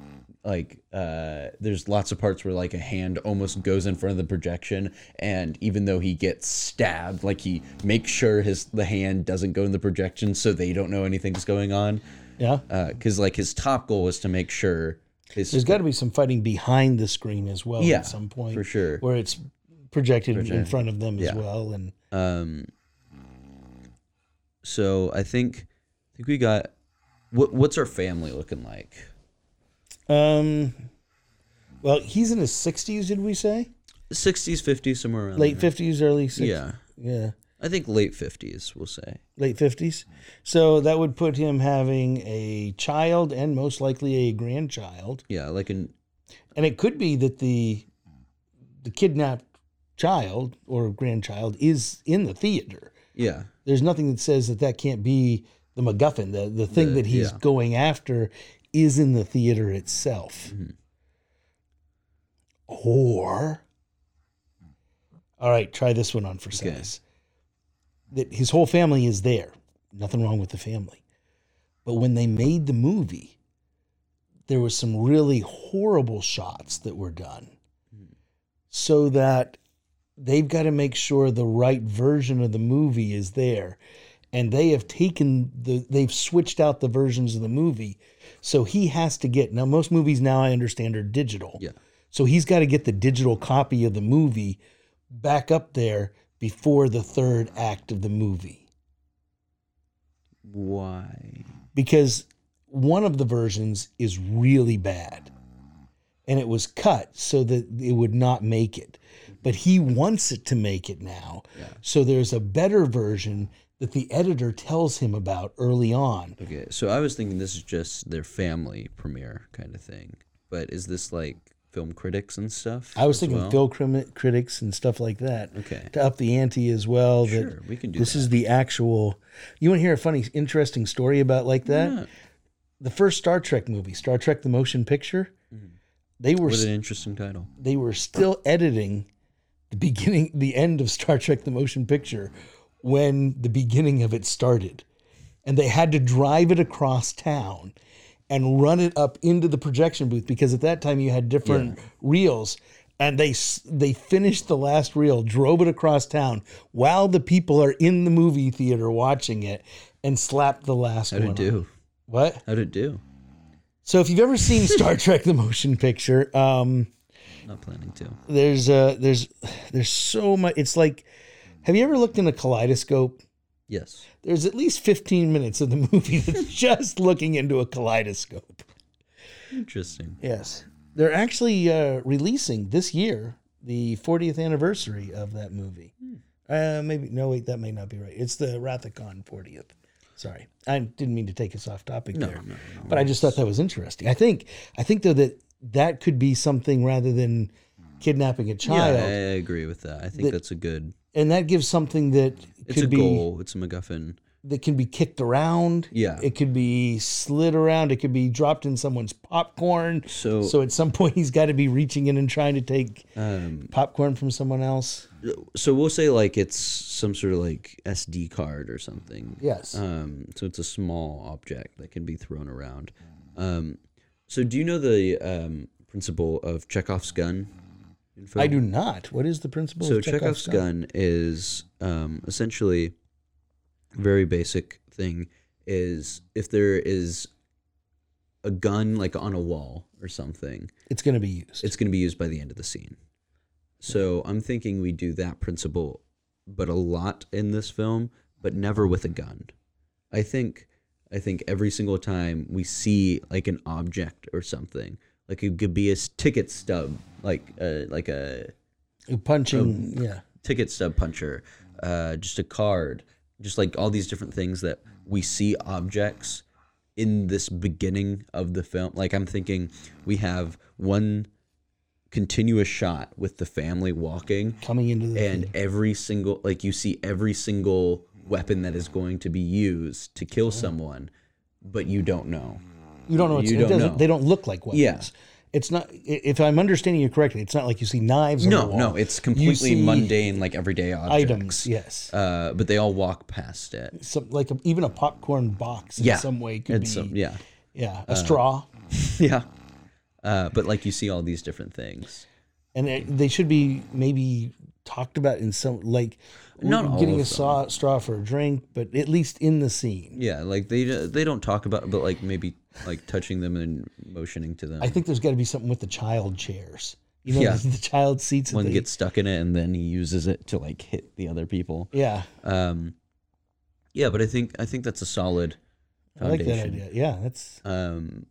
Speaker 1: like uh there's lots of parts where like a hand almost goes in front of the projection and even though he gets stabbed like he makes sure his the hand doesn't go in the projection so they don't know anything's going on
Speaker 3: Yeah.
Speaker 1: because like his top goal was to make sure It's-
Speaker 3: There's got to be some fighting behind the screen as well
Speaker 1: Yeah,
Speaker 3: at some point,
Speaker 1: for sure.
Speaker 3: where it's projected in
Speaker 1: Projected.
Speaker 3: front of them as
Speaker 1: Yeah.
Speaker 3: well. And
Speaker 1: Um, so I think I think we got what what's our family looking like?
Speaker 3: um, well, he's in his 60s. Did we say
Speaker 1: Sixties, fifties, somewhere around
Speaker 3: late
Speaker 1: there.
Speaker 3: 50s, early 60s?
Speaker 1: Mm-hmm. Yeah,
Speaker 3: yeah,
Speaker 1: I think late fifties. We'll say
Speaker 3: late 50s. So that would put him having a child and most likely a grandchild.
Speaker 1: yeah, like an
Speaker 3: And it could be that the the kidnapped child or grandchild is in the theater.
Speaker 1: yeah,
Speaker 3: There's nothing that says that that can't be the MacGuffin. The the thing
Speaker 1: The-
Speaker 3: that he's
Speaker 1: yeah.
Speaker 3: going after is in the theater itself. Or, all right, try this one on for
Speaker 1: Okay.
Speaker 3: size. That his whole family is there. Nothing wrong with the family. But when they made the movie, there was some really horrible shots that were done. So that they've got to make sure the right version of the movie is there. And they have taken the they've switched out the versions of the movie. So he has to get now most movies now I understand are digital.
Speaker 1: yeah,
Speaker 3: So he's got to get the digital copy of the movie back up there before the third act of the movie.
Speaker 1: why?
Speaker 3: Because one of the versions is really bad and it was cut so that it would not make it. But he wants it to make it now.
Speaker 1: Yeah.
Speaker 3: So there's a better version that the editor tells him about early on.
Speaker 1: Okay, so I was thinking this is just their family premiere kind of thing, but is this like film critics and stuff?
Speaker 3: I was
Speaker 1: as
Speaker 3: thinking
Speaker 1: well?
Speaker 3: film crimi- critics and stuff like that
Speaker 1: Okay.
Speaker 3: to up the ante as well. That
Speaker 1: Sure, we can do
Speaker 3: this
Speaker 1: that.
Speaker 3: is the actual. You want to hear a funny, interesting story about like that?
Speaker 1: Yeah.
Speaker 3: The first Star Trek movie, Star Trek: The Motion Picture, they were
Speaker 1: What
Speaker 3: s-
Speaker 1: Mm-hmm. an interesting title.
Speaker 3: they were still editing the beginning, the end of Star Trek: The Motion Picture when the beginning of it started, and they had to drive it across town and run it up into the projection booth because at that time you had different reels. And they s- they finished the last reel, drove it across town while the people are in the movie theater watching it, and slapped the last
Speaker 1: How'd
Speaker 3: one.
Speaker 1: it
Speaker 3: on.
Speaker 1: do?
Speaker 3: What?
Speaker 1: How'd it do?
Speaker 3: So if you've ever seen Star Trek: The Motion Picture, um,
Speaker 1: Not planning to.
Speaker 3: there's uh, there's there's so much. It's like, have you ever looked in a kaleidoscope?
Speaker 1: Yes.
Speaker 3: There's at least 15 minutes of the movie that's just looking into a kaleidoscope.
Speaker 1: Interesting.
Speaker 3: Yes, they're actually uh, releasing this year the 40th anniversary of that movie.
Speaker 1: Hmm.
Speaker 3: Uh, maybe no, wait, that may not be right. It's the Wrath of Khan 40th. Sorry, I didn't mean to take us off topic
Speaker 1: No,
Speaker 3: there.
Speaker 1: no, no.
Speaker 3: but I just thought that was interesting. I think I think though that that could be something rather than kidnapping a
Speaker 1: Hmm. Yeah, I,
Speaker 3: child,
Speaker 1: I agree with that. I think
Speaker 3: That-
Speaker 1: that's a good.
Speaker 3: and that gives something that
Speaker 1: It's
Speaker 3: could
Speaker 1: a
Speaker 3: be
Speaker 1: goal. It's a MacGuffin.
Speaker 3: that can be kicked around.
Speaker 1: Yeah.
Speaker 3: it could be slid around. It could be dropped in someone's popcorn.
Speaker 1: So,
Speaker 3: So at some point he's got to be reaching in and trying to take
Speaker 1: um,
Speaker 3: popcorn from someone else.
Speaker 1: so we'll say like it's some sort of like SD card or something.
Speaker 3: Yes.
Speaker 1: Um, so it's a small object that can be thrown around. Um, so do you know the um, principle of Chekhov's gun? in
Speaker 3: I
Speaker 1: film?
Speaker 3: do not. What is the principle
Speaker 1: So
Speaker 3: of Chekhov's,
Speaker 1: Chekhov's gun is um, essentially very basic thing is if there is a gun like on a wall or something,
Speaker 3: It's going to be used.
Speaker 1: it's going to be used by the end of the scene. So I'm thinking we do that principle, but a lot in this film, but never with a gun. I think, I think every single time we see like an object or something, like it could be a s- ticket stub, like a like a
Speaker 3: punching.
Speaker 1: um,
Speaker 3: yeah.
Speaker 1: ticket stub puncher, uh, just a card, just like all these different things that we see objects in this beginning of the film. Like I'm thinking we have one continuous shot with the family walking
Speaker 3: Coming into the
Speaker 1: and every single like you see every single weapon that is going to be used to kill someone but you don't know
Speaker 3: You don't know. What's,
Speaker 1: You
Speaker 3: it
Speaker 1: don't
Speaker 3: doesn't,
Speaker 1: know.
Speaker 3: They don't look like weapons.
Speaker 1: Yeah.
Speaker 3: It's not. i- If I'm understanding you correctly, it's not like you see knives. on the
Speaker 1: no
Speaker 3: wall.
Speaker 1: no it's
Speaker 3: You
Speaker 1: completely
Speaker 3: see
Speaker 1: mundane like everyday objects
Speaker 3: Items. Yes.
Speaker 1: uh, but they all walk past it
Speaker 3: some like a, even a popcorn box in
Speaker 1: yeah
Speaker 3: some way could
Speaker 1: And
Speaker 3: be.
Speaker 1: some- yeah Uh-huh.
Speaker 3: yeah, A straw.
Speaker 1: yeah. Uh, but like you see all these different things.
Speaker 3: And it, they should be maybe talked about in some like
Speaker 1: Not all
Speaker 3: getting
Speaker 1: of
Speaker 3: a saw, straw for a drink, but at least in the scene.
Speaker 1: Yeah, like they they don't talk about, but like maybe like touching them and motioning to them.
Speaker 3: I think there's got to be something with the child chairs. You know,
Speaker 1: Yeah.
Speaker 3: the, child seats. that
Speaker 1: one
Speaker 3: they-
Speaker 1: gets stuck in it and then he uses it to like hit the other people.
Speaker 3: Yeah,
Speaker 1: Um, yeah, but I think I think that's a solid
Speaker 3: I like
Speaker 1: foundation.
Speaker 3: that idea. Yeah, that's
Speaker 1: Um,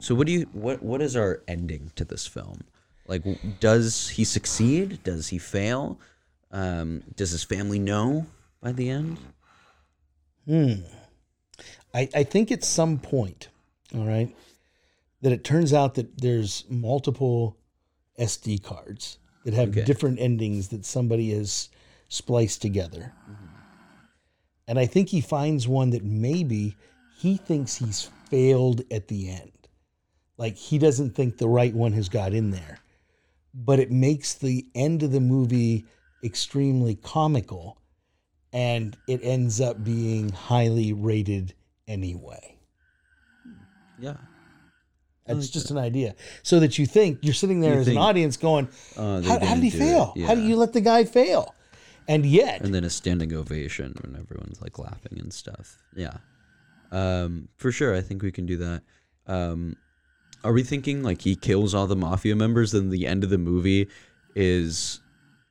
Speaker 1: so what do you what what is our ending to this film? Like, w- does he succeed? Does he fail? Um, does his family know by the end?
Speaker 3: Hmm. I, I think at some point, all right, that it turns out that there's multiple SD cards that have
Speaker 1: Okay.
Speaker 3: different endings that somebody has spliced together. And I think he finds one that maybe he thinks he's failed at the end. Like he doesn't think the right one has got in there. But it makes the end of the movie extremely comical and it ends up being highly rated anyway.
Speaker 1: Yeah.
Speaker 3: That's just an idea. So that you think you're sitting there
Speaker 1: You
Speaker 3: as
Speaker 1: think,
Speaker 3: an audience going,
Speaker 1: Uh, they
Speaker 3: how, how did
Speaker 1: didn't
Speaker 3: he
Speaker 1: do it."
Speaker 3: fail? How do
Speaker 1: Yeah.
Speaker 3: you let the guy fail? And yet,
Speaker 1: and then a standing ovation when everyone's like laughing and stuff. Yeah, um, for sure. I think we can do that. Um, are we thinking like he kills all the mafia members? Then the end of the movie is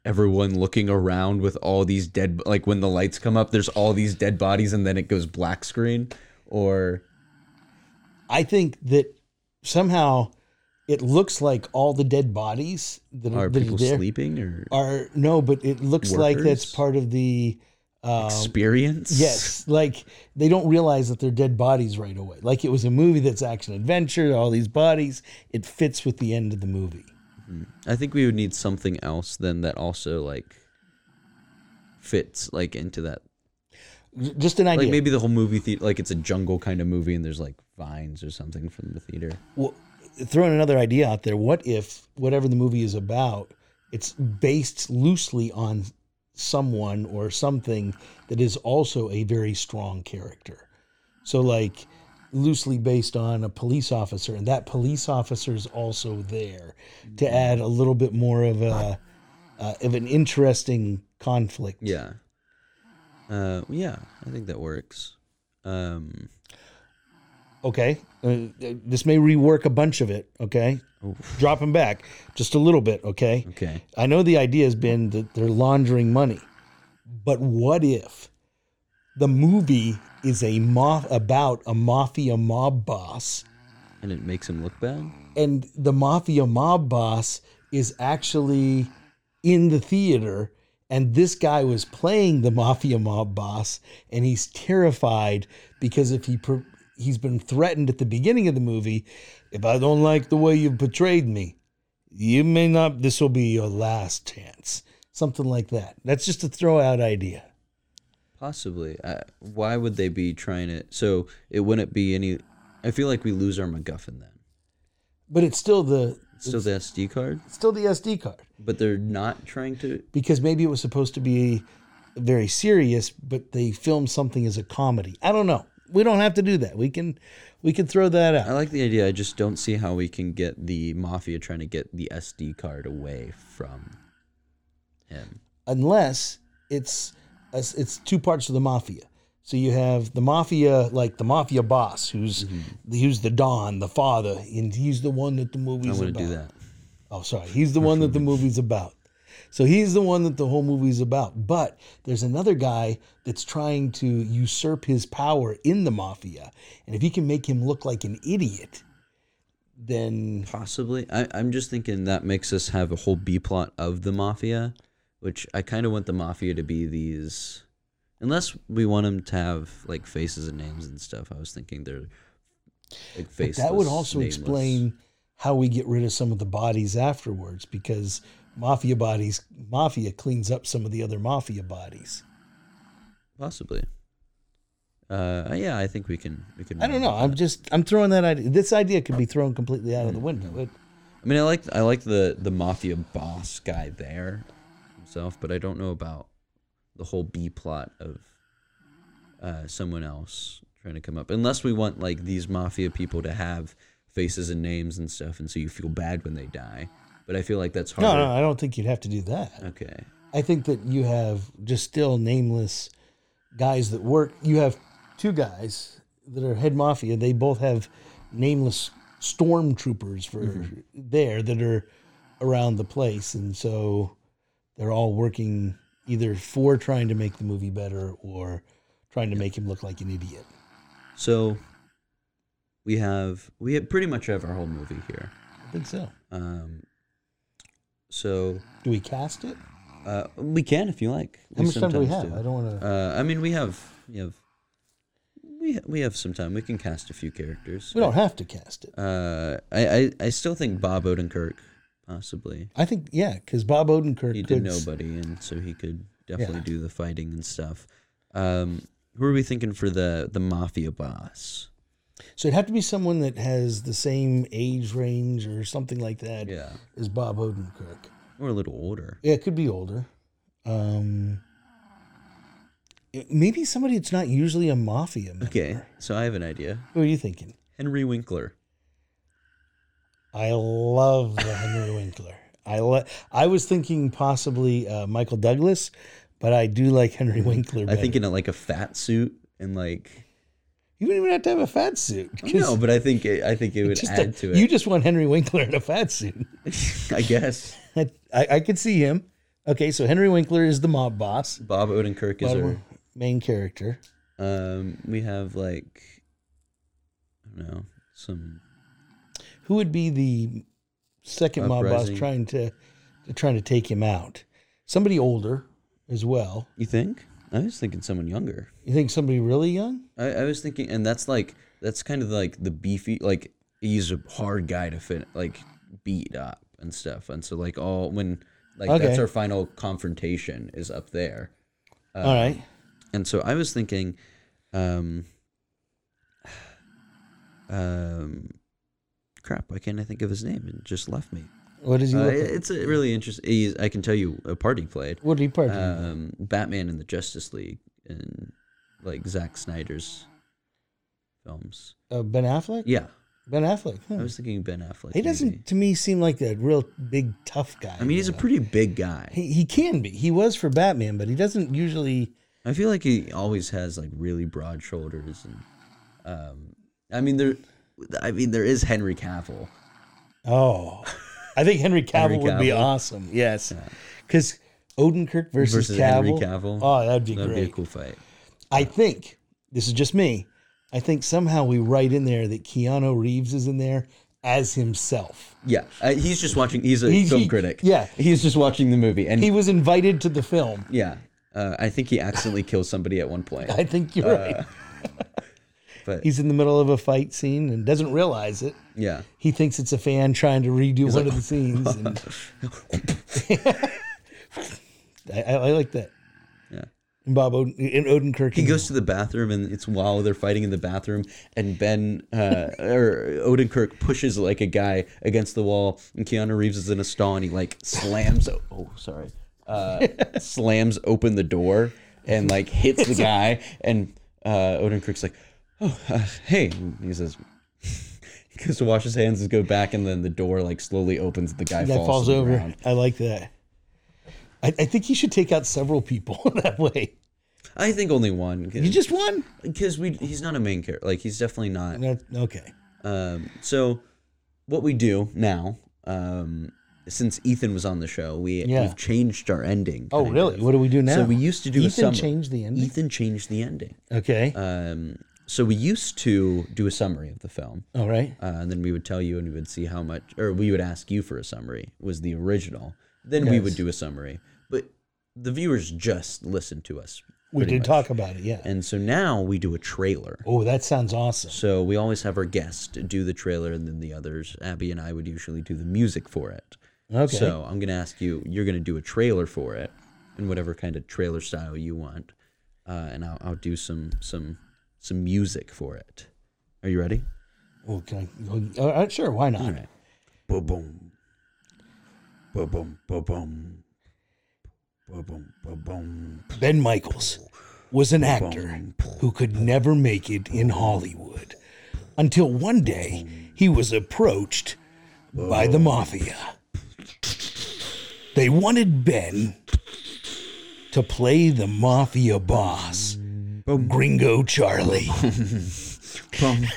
Speaker 1: everyone looking around with all these dead. Like when the lights come up, there's all these dead bodies, and then it goes black screen. Or
Speaker 3: I think that somehow it looks like all the dead bodies that are,
Speaker 1: are
Speaker 3: that are
Speaker 1: people
Speaker 3: there
Speaker 1: sleeping or
Speaker 3: are no, but it looks like that's
Speaker 1: Workers?
Speaker 3: part of the
Speaker 1: experience?
Speaker 3: Um, Yes, like they don't realize that they're dead bodies right away. Like it was a movie that's action adventure, all these bodies. It fits with the end of the movie.
Speaker 1: I think we would need something else then that also like fits like into that
Speaker 3: J- Just an idea.
Speaker 1: like maybe the whole movie theater like it's a jungle kind of movie and there's like vines or something from the theater
Speaker 3: well, throwing another idea out there. What if whatever the movie is about, it's based loosely on someone or something that is also a very strong character. So like loosely based on a police officer, and that police officer is also there
Speaker 1: Mm-hmm.
Speaker 3: to add a little bit more of a uh, of an interesting conflict.
Speaker 1: yeah uh yeah i think that works um
Speaker 3: Okay. Uh, this may rework a bunch of it. Okay. Drop them back just a little bit. Okay.
Speaker 1: okay
Speaker 3: I know the idea has been that they're laundering money, but what if the movie is a mob about a mafia mob boss,
Speaker 1: and it makes him look bad
Speaker 3: and the mafia mob boss is actually in the theater, and this guy was playing the mafia mob boss, and he's terrified because if he per- he's been threatened at the beginning of the movie, if I don't like the way you've portrayed me, you may not this will be your last chance something like that that's just a throw out idea
Speaker 1: possibly I, why would they be trying to so it wouldn't be any i feel like we lose our macguffin then
Speaker 3: but it's still the
Speaker 1: It's still the sd card
Speaker 3: it's still the sd card
Speaker 1: but they're not trying to
Speaker 3: because maybe it was supposed to be very serious but they filmed something as a comedy i don't know we don't have to do that we can we can throw that
Speaker 1: I
Speaker 3: out
Speaker 1: like the idea. I just don't see how we can get the mafia trying to get the SD card away from him.
Speaker 3: unless it's it's two parts of the mafia so you have the mafia like the mafia boss who's
Speaker 1: Mm-hmm.
Speaker 3: who's the don the father and he's the one that the movie's
Speaker 1: I want
Speaker 3: about
Speaker 1: to do that.
Speaker 3: Oh, sorry. He's the one that the movie's about. So he's the one that the whole movie's about. But there's another guy that's trying to usurp his power in the mafia. And if he can make him look like an idiot, then
Speaker 1: Possibly. I, I'm just thinking that makes us have a whole B plot of the mafia, which I kind of want the mafia to be these. Unless we want them to have like faces and names and stuff. I was thinking they're like
Speaker 3: but
Speaker 1: faces.
Speaker 3: that would also explain how we get rid of some of the bodies afterwards because mafia bodies mafia cleans up some of the other mafia bodies.
Speaker 1: Possibly. Uh, yeah, I think we can. We can.
Speaker 3: I don't know. I'm just I'm throwing that idea. This idea could be thrown completely out of the window. It,
Speaker 1: I mean, I like I like the the mafia boss guy there himself, but I don't know about the whole B plot of uh, someone else trying to come up. Unless we want like these mafia people to have faces and names and stuff, and so you feel bad when they die. But I feel like that's hard.
Speaker 3: no, no, I don't think you'd have to do that.
Speaker 1: Okay.
Speaker 3: I think that you have just still nameless guys that work. You have two guys that are head mafia. They both have nameless stormtroopers for there that are around the place, and so they're all working either for trying to make the movie better or trying to make him look like an idiot.
Speaker 1: So we have we have pretty much have our whole movie here.
Speaker 3: I think so.
Speaker 1: Um, so
Speaker 3: Do we cast it?
Speaker 1: uh, we can if you like.
Speaker 3: How much time do we
Speaker 1: sometimes
Speaker 3: have? I don't want to.
Speaker 1: Uh, I mean, we have we have we ha- we have some time. We can cast a few characters.
Speaker 3: we don't have to cast it.
Speaker 1: Uh, I, I I still think Bob Odenkirk possibly.
Speaker 3: I think yeah, because Bob Odenkirk
Speaker 1: He did
Speaker 3: could-
Speaker 1: nobody, and so he could definitely do the fighting and stuff. Um, who are we thinking for the the mafia boss?
Speaker 3: So it'd have to be someone that has the same age range or something like that
Speaker 1: Yeah,
Speaker 3: as Bob Odenkirk.
Speaker 1: or a little older.
Speaker 3: Yeah, it could be older. Um, it- maybe somebody that's not usually a mafia. Member.
Speaker 1: Okay, so I have an idea.
Speaker 3: Who are you thinking?
Speaker 1: Henry Winkler.
Speaker 3: I love the Henry Winkler. I le- I was thinking possibly uh, Michael Douglas, but I do like Henry Winkler.
Speaker 1: Mm-hmm. I
Speaker 3: Better.
Speaker 1: think in a, like a fat suit and like
Speaker 3: you wouldn't even have to have a fat suit. 'cause
Speaker 1: no, but I think it, I think it would
Speaker 3: just
Speaker 1: add
Speaker 3: a-
Speaker 1: to it.
Speaker 3: You just want Henry Winkler in a fat suit.
Speaker 1: I guess
Speaker 3: I, I could see him. Okay, so Henry Winkler is the mob boss,
Speaker 1: Bob Odenkirk is
Speaker 3: bottom
Speaker 1: our.
Speaker 3: main character.
Speaker 1: Um, we have like I don't know some
Speaker 3: Who would be the second mob
Speaker 1: Uprising.
Speaker 3: boss trying to trying to take him out? Somebody older as well.
Speaker 1: You think? I was thinking someone younger.
Speaker 3: You think somebody really young?
Speaker 1: I, I was thinking, and that's like that's kind of like the beefy, like he's a hard guy to fit, like beat up and stuff. And so like all when like that's
Speaker 3: Okay.
Speaker 1: our final confrontation is up there. Uh,
Speaker 3: All right.
Speaker 1: And so I was thinking, um, um, crap. Why can't I think of his name? It just left me.
Speaker 3: What does he
Speaker 1: Uh,
Speaker 3: look like?
Speaker 1: it's a really interesting. He's, I can tell you a part he played.
Speaker 3: What did he part? in?
Speaker 1: um, Batman and the Justice League and like Zack Snyder's films.
Speaker 3: uh, ben Affleck.
Speaker 1: Yeah,
Speaker 3: Ben Affleck.
Speaker 1: I
Speaker 3: huh.
Speaker 1: was thinking Ben Affleck.
Speaker 3: Hmm. He doesn't,
Speaker 1: maybe.
Speaker 3: to me, seem like a real big tough guy.
Speaker 1: I mean, he's a
Speaker 3: though.
Speaker 1: pretty big guy.
Speaker 3: He, he can be. He was for Batman, but he doesn't usually.
Speaker 1: I feel like he always has like really broad shoulders and, um, I mean there, I mean there is Henry Cavill.
Speaker 3: Oh, I think Henry Cavill
Speaker 1: Henry
Speaker 3: would be
Speaker 1: Cavill.
Speaker 3: awesome. Yes, because Odenkirk versus,
Speaker 1: Versus
Speaker 3: Cavill.
Speaker 1: Henry Cavill.
Speaker 3: Oh, that'd be
Speaker 1: That'd
Speaker 3: great.
Speaker 1: be a cool fight.
Speaker 3: I think this is just me. I think somehow we write in there that Keanu Reeves is in there as himself.
Speaker 1: Yeah, uh, he's just watching. He's a
Speaker 3: He-
Speaker 1: film
Speaker 3: he-
Speaker 1: critic.
Speaker 3: yeah.
Speaker 1: he's just watching the movie, and
Speaker 3: He was invited to the film.
Speaker 1: yeah, uh, I think he accidentally kills somebody at one point.
Speaker 3: I think you're
Speaker 1: Uh.
Speaker 3: right.
Speaker 1: But
Speaker 3: He's in the middle of a fight scene and doesn't realize it.
Speaker 1: yeah,
Speaker 3: He thinks it's a fan trying to redo one of the scenes. And I, I, I like that.
Speaker 1: Yeah.
Speaker 3: And Bob Oden, and Odenkirk.
Speaker 1: He goes to the bathroom and it's while they're fighting in the bathroom, and Ben uh, or Odenkirk pushes like a guy against the wall, and Keanu Reeves is in a stall, and he like slams. o- Oh, sorry, uh, slams open the door and like hits the guy, and uh, Odenkirk's like, "Oh, uh, hey," and he says. He goes to wash his hands and go back, and then the door like slowly opens. and The guy,
Speaker 3: that
Speaker 1: falls,
Speaker 3: falls,
Speaker 1: to the
Speaker 3: over.
Speaker 1: ground.
Speaker 3: I like that. I, I think he should take out several people that way.
Speaker 1: I think only one.
Speaker 3: You just won.
Speaker 1: because we he's not a main character. Like he's definitely not.
Speaker 3: No, okay.
Speaker 1: Um, so, what we do now, um, since Ethan was on the show, we
Speaker 3: Yeah.
Speaker 1: we've changed our ending.
Speaker 3: Oh,
Speaker 1: kind
Speaker 3: really?
Speaker 1: of.
Speaker 3: What do we do now?
Speaker 1: So we used to do a
Speaker 3: Ethan
Speaker 1: summary.
Speaker 3: changed the ending.
Speaker 1: Ethan changed the ending.
Speaker 3: Okay.
Speaker 1: Um, so we used to do a summary of the film,
Speaker 3: All right.
Speaker 1: uh, and then we would tell you, and we would see how much, or we would ask you for a summary. Was the original? Then we would
Speaker 3: Yes.
Speaker 1: do a summary, but the viewers just listened to us,
Speaker 3: We
Speaker 1: pretty
Speaker 3: did
Speaker 1: much.
Speaker 3: talk about it. Yeah.
Speaker 1: and so now we do a trailer.
Speaker 3: Oh, that sounds awesome.
Speaker 1: So we always have our guest do the trailer, and then the others, Abby and I, would usually do the music for it.
Speaker 3: Okay.
Speaker 1: So I'm gonna ask you, you're gonna do a trailer for it, in whatever kind of trailer style you want, uh, and I'll, I'll do some some some music for it. Are you ready?
Speaker 3: Oh, can I, all right, sure. Why not?
Speaker 1: All right. Boom boom. Boom boom boom boom. Boom boom boom boom.
Speaker 3: Ben Michaels was an actor who could never make it in Hollywood until one day he was approached by the mafia. They wanted Ben to play the mafia boss, Gringo Charlie.
Speaker 1: Bum,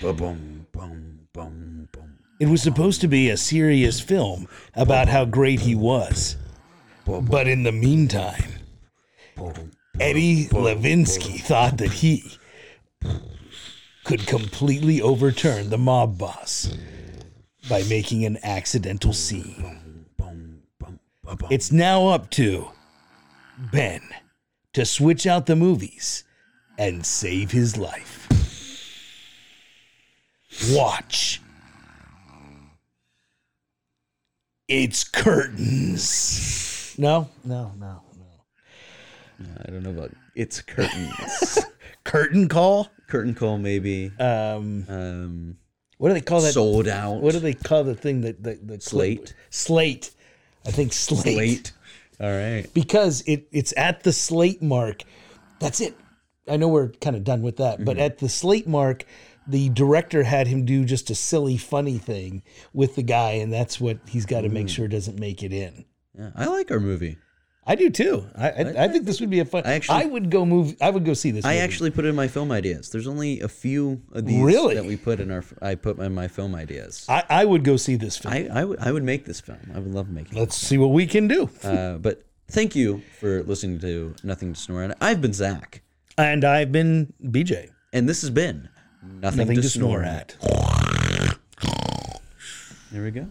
Speaker 1: ba-bum, bum, bum, bum,
Speaker 3: It was supposed to be a serious film about how great he was. But in the meantime,
Speaker 1: bum.
Speaker 3: Eddie Levinsky thought that he could completely overturn the mob boss by making an accidental scene. It's now up to Ben to switch out the movies and save his life. Watch. It's curtains. No, no, no, no.
Speaker 1: I don't know about it's curtains.
Speaker 3: Curtain call?
Speaker 1: Curtain call maybe.
Speaker 3: Um,
Speaker 1: Um,
Speaker 3: what do they call that?
Speaker 1: sold out.
Speaker 3: What do they call the thing that the, the
Speaker 1: Slate?
Speaker 3: Slate, I think slate.
Speaker 1: Slate. All right.
Speaker 3: because it it's at the slate mark. That's it. I know we're kind of done with that, but at the slate mark, the director had him do just a silly, funny thing with the guy, and that's what he's got to make sure doesn't make it in.
Speaker 1: Yeah, I like our movie.
Speaker 3: I do too. I I, I think this would be a fun.
Speaker 1: I
Speaker 3: I,
Speaker 1: actually-
Speaker 3: would go move. I would go see this.
Speaker 1: I
Speaker 3: movie.
Speaker 1: actually put it in my film ideas. There's only a few of these
Speaker 3: Really?
Speaker 1: that we put in our. I put in my film ideas.
Speaker 3: I, I would go see this film.
Speaker 1: I, I would I would make this film. I would love making it.
Speaker 3: Let's see what we can do.
Speaker 1: Uh, but thank you for listening to Nothing to Snore at. I've been Zach,
Speaker 3: And I've been BJ.
Speaker 1: and this has been Nothing,
Speaker 3: Nothing to snore at.
Speaker 1: There we go.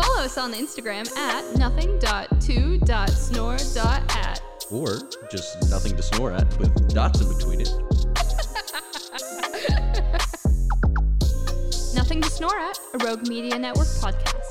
Speaker 4: Follow us on Instagram at nothing.2.snore.at.
Speaker 1: Or just Nothing to Snore at with dots in between it.
Speaker 4: Nothing to Snore at, a Rogue Media Network podcast.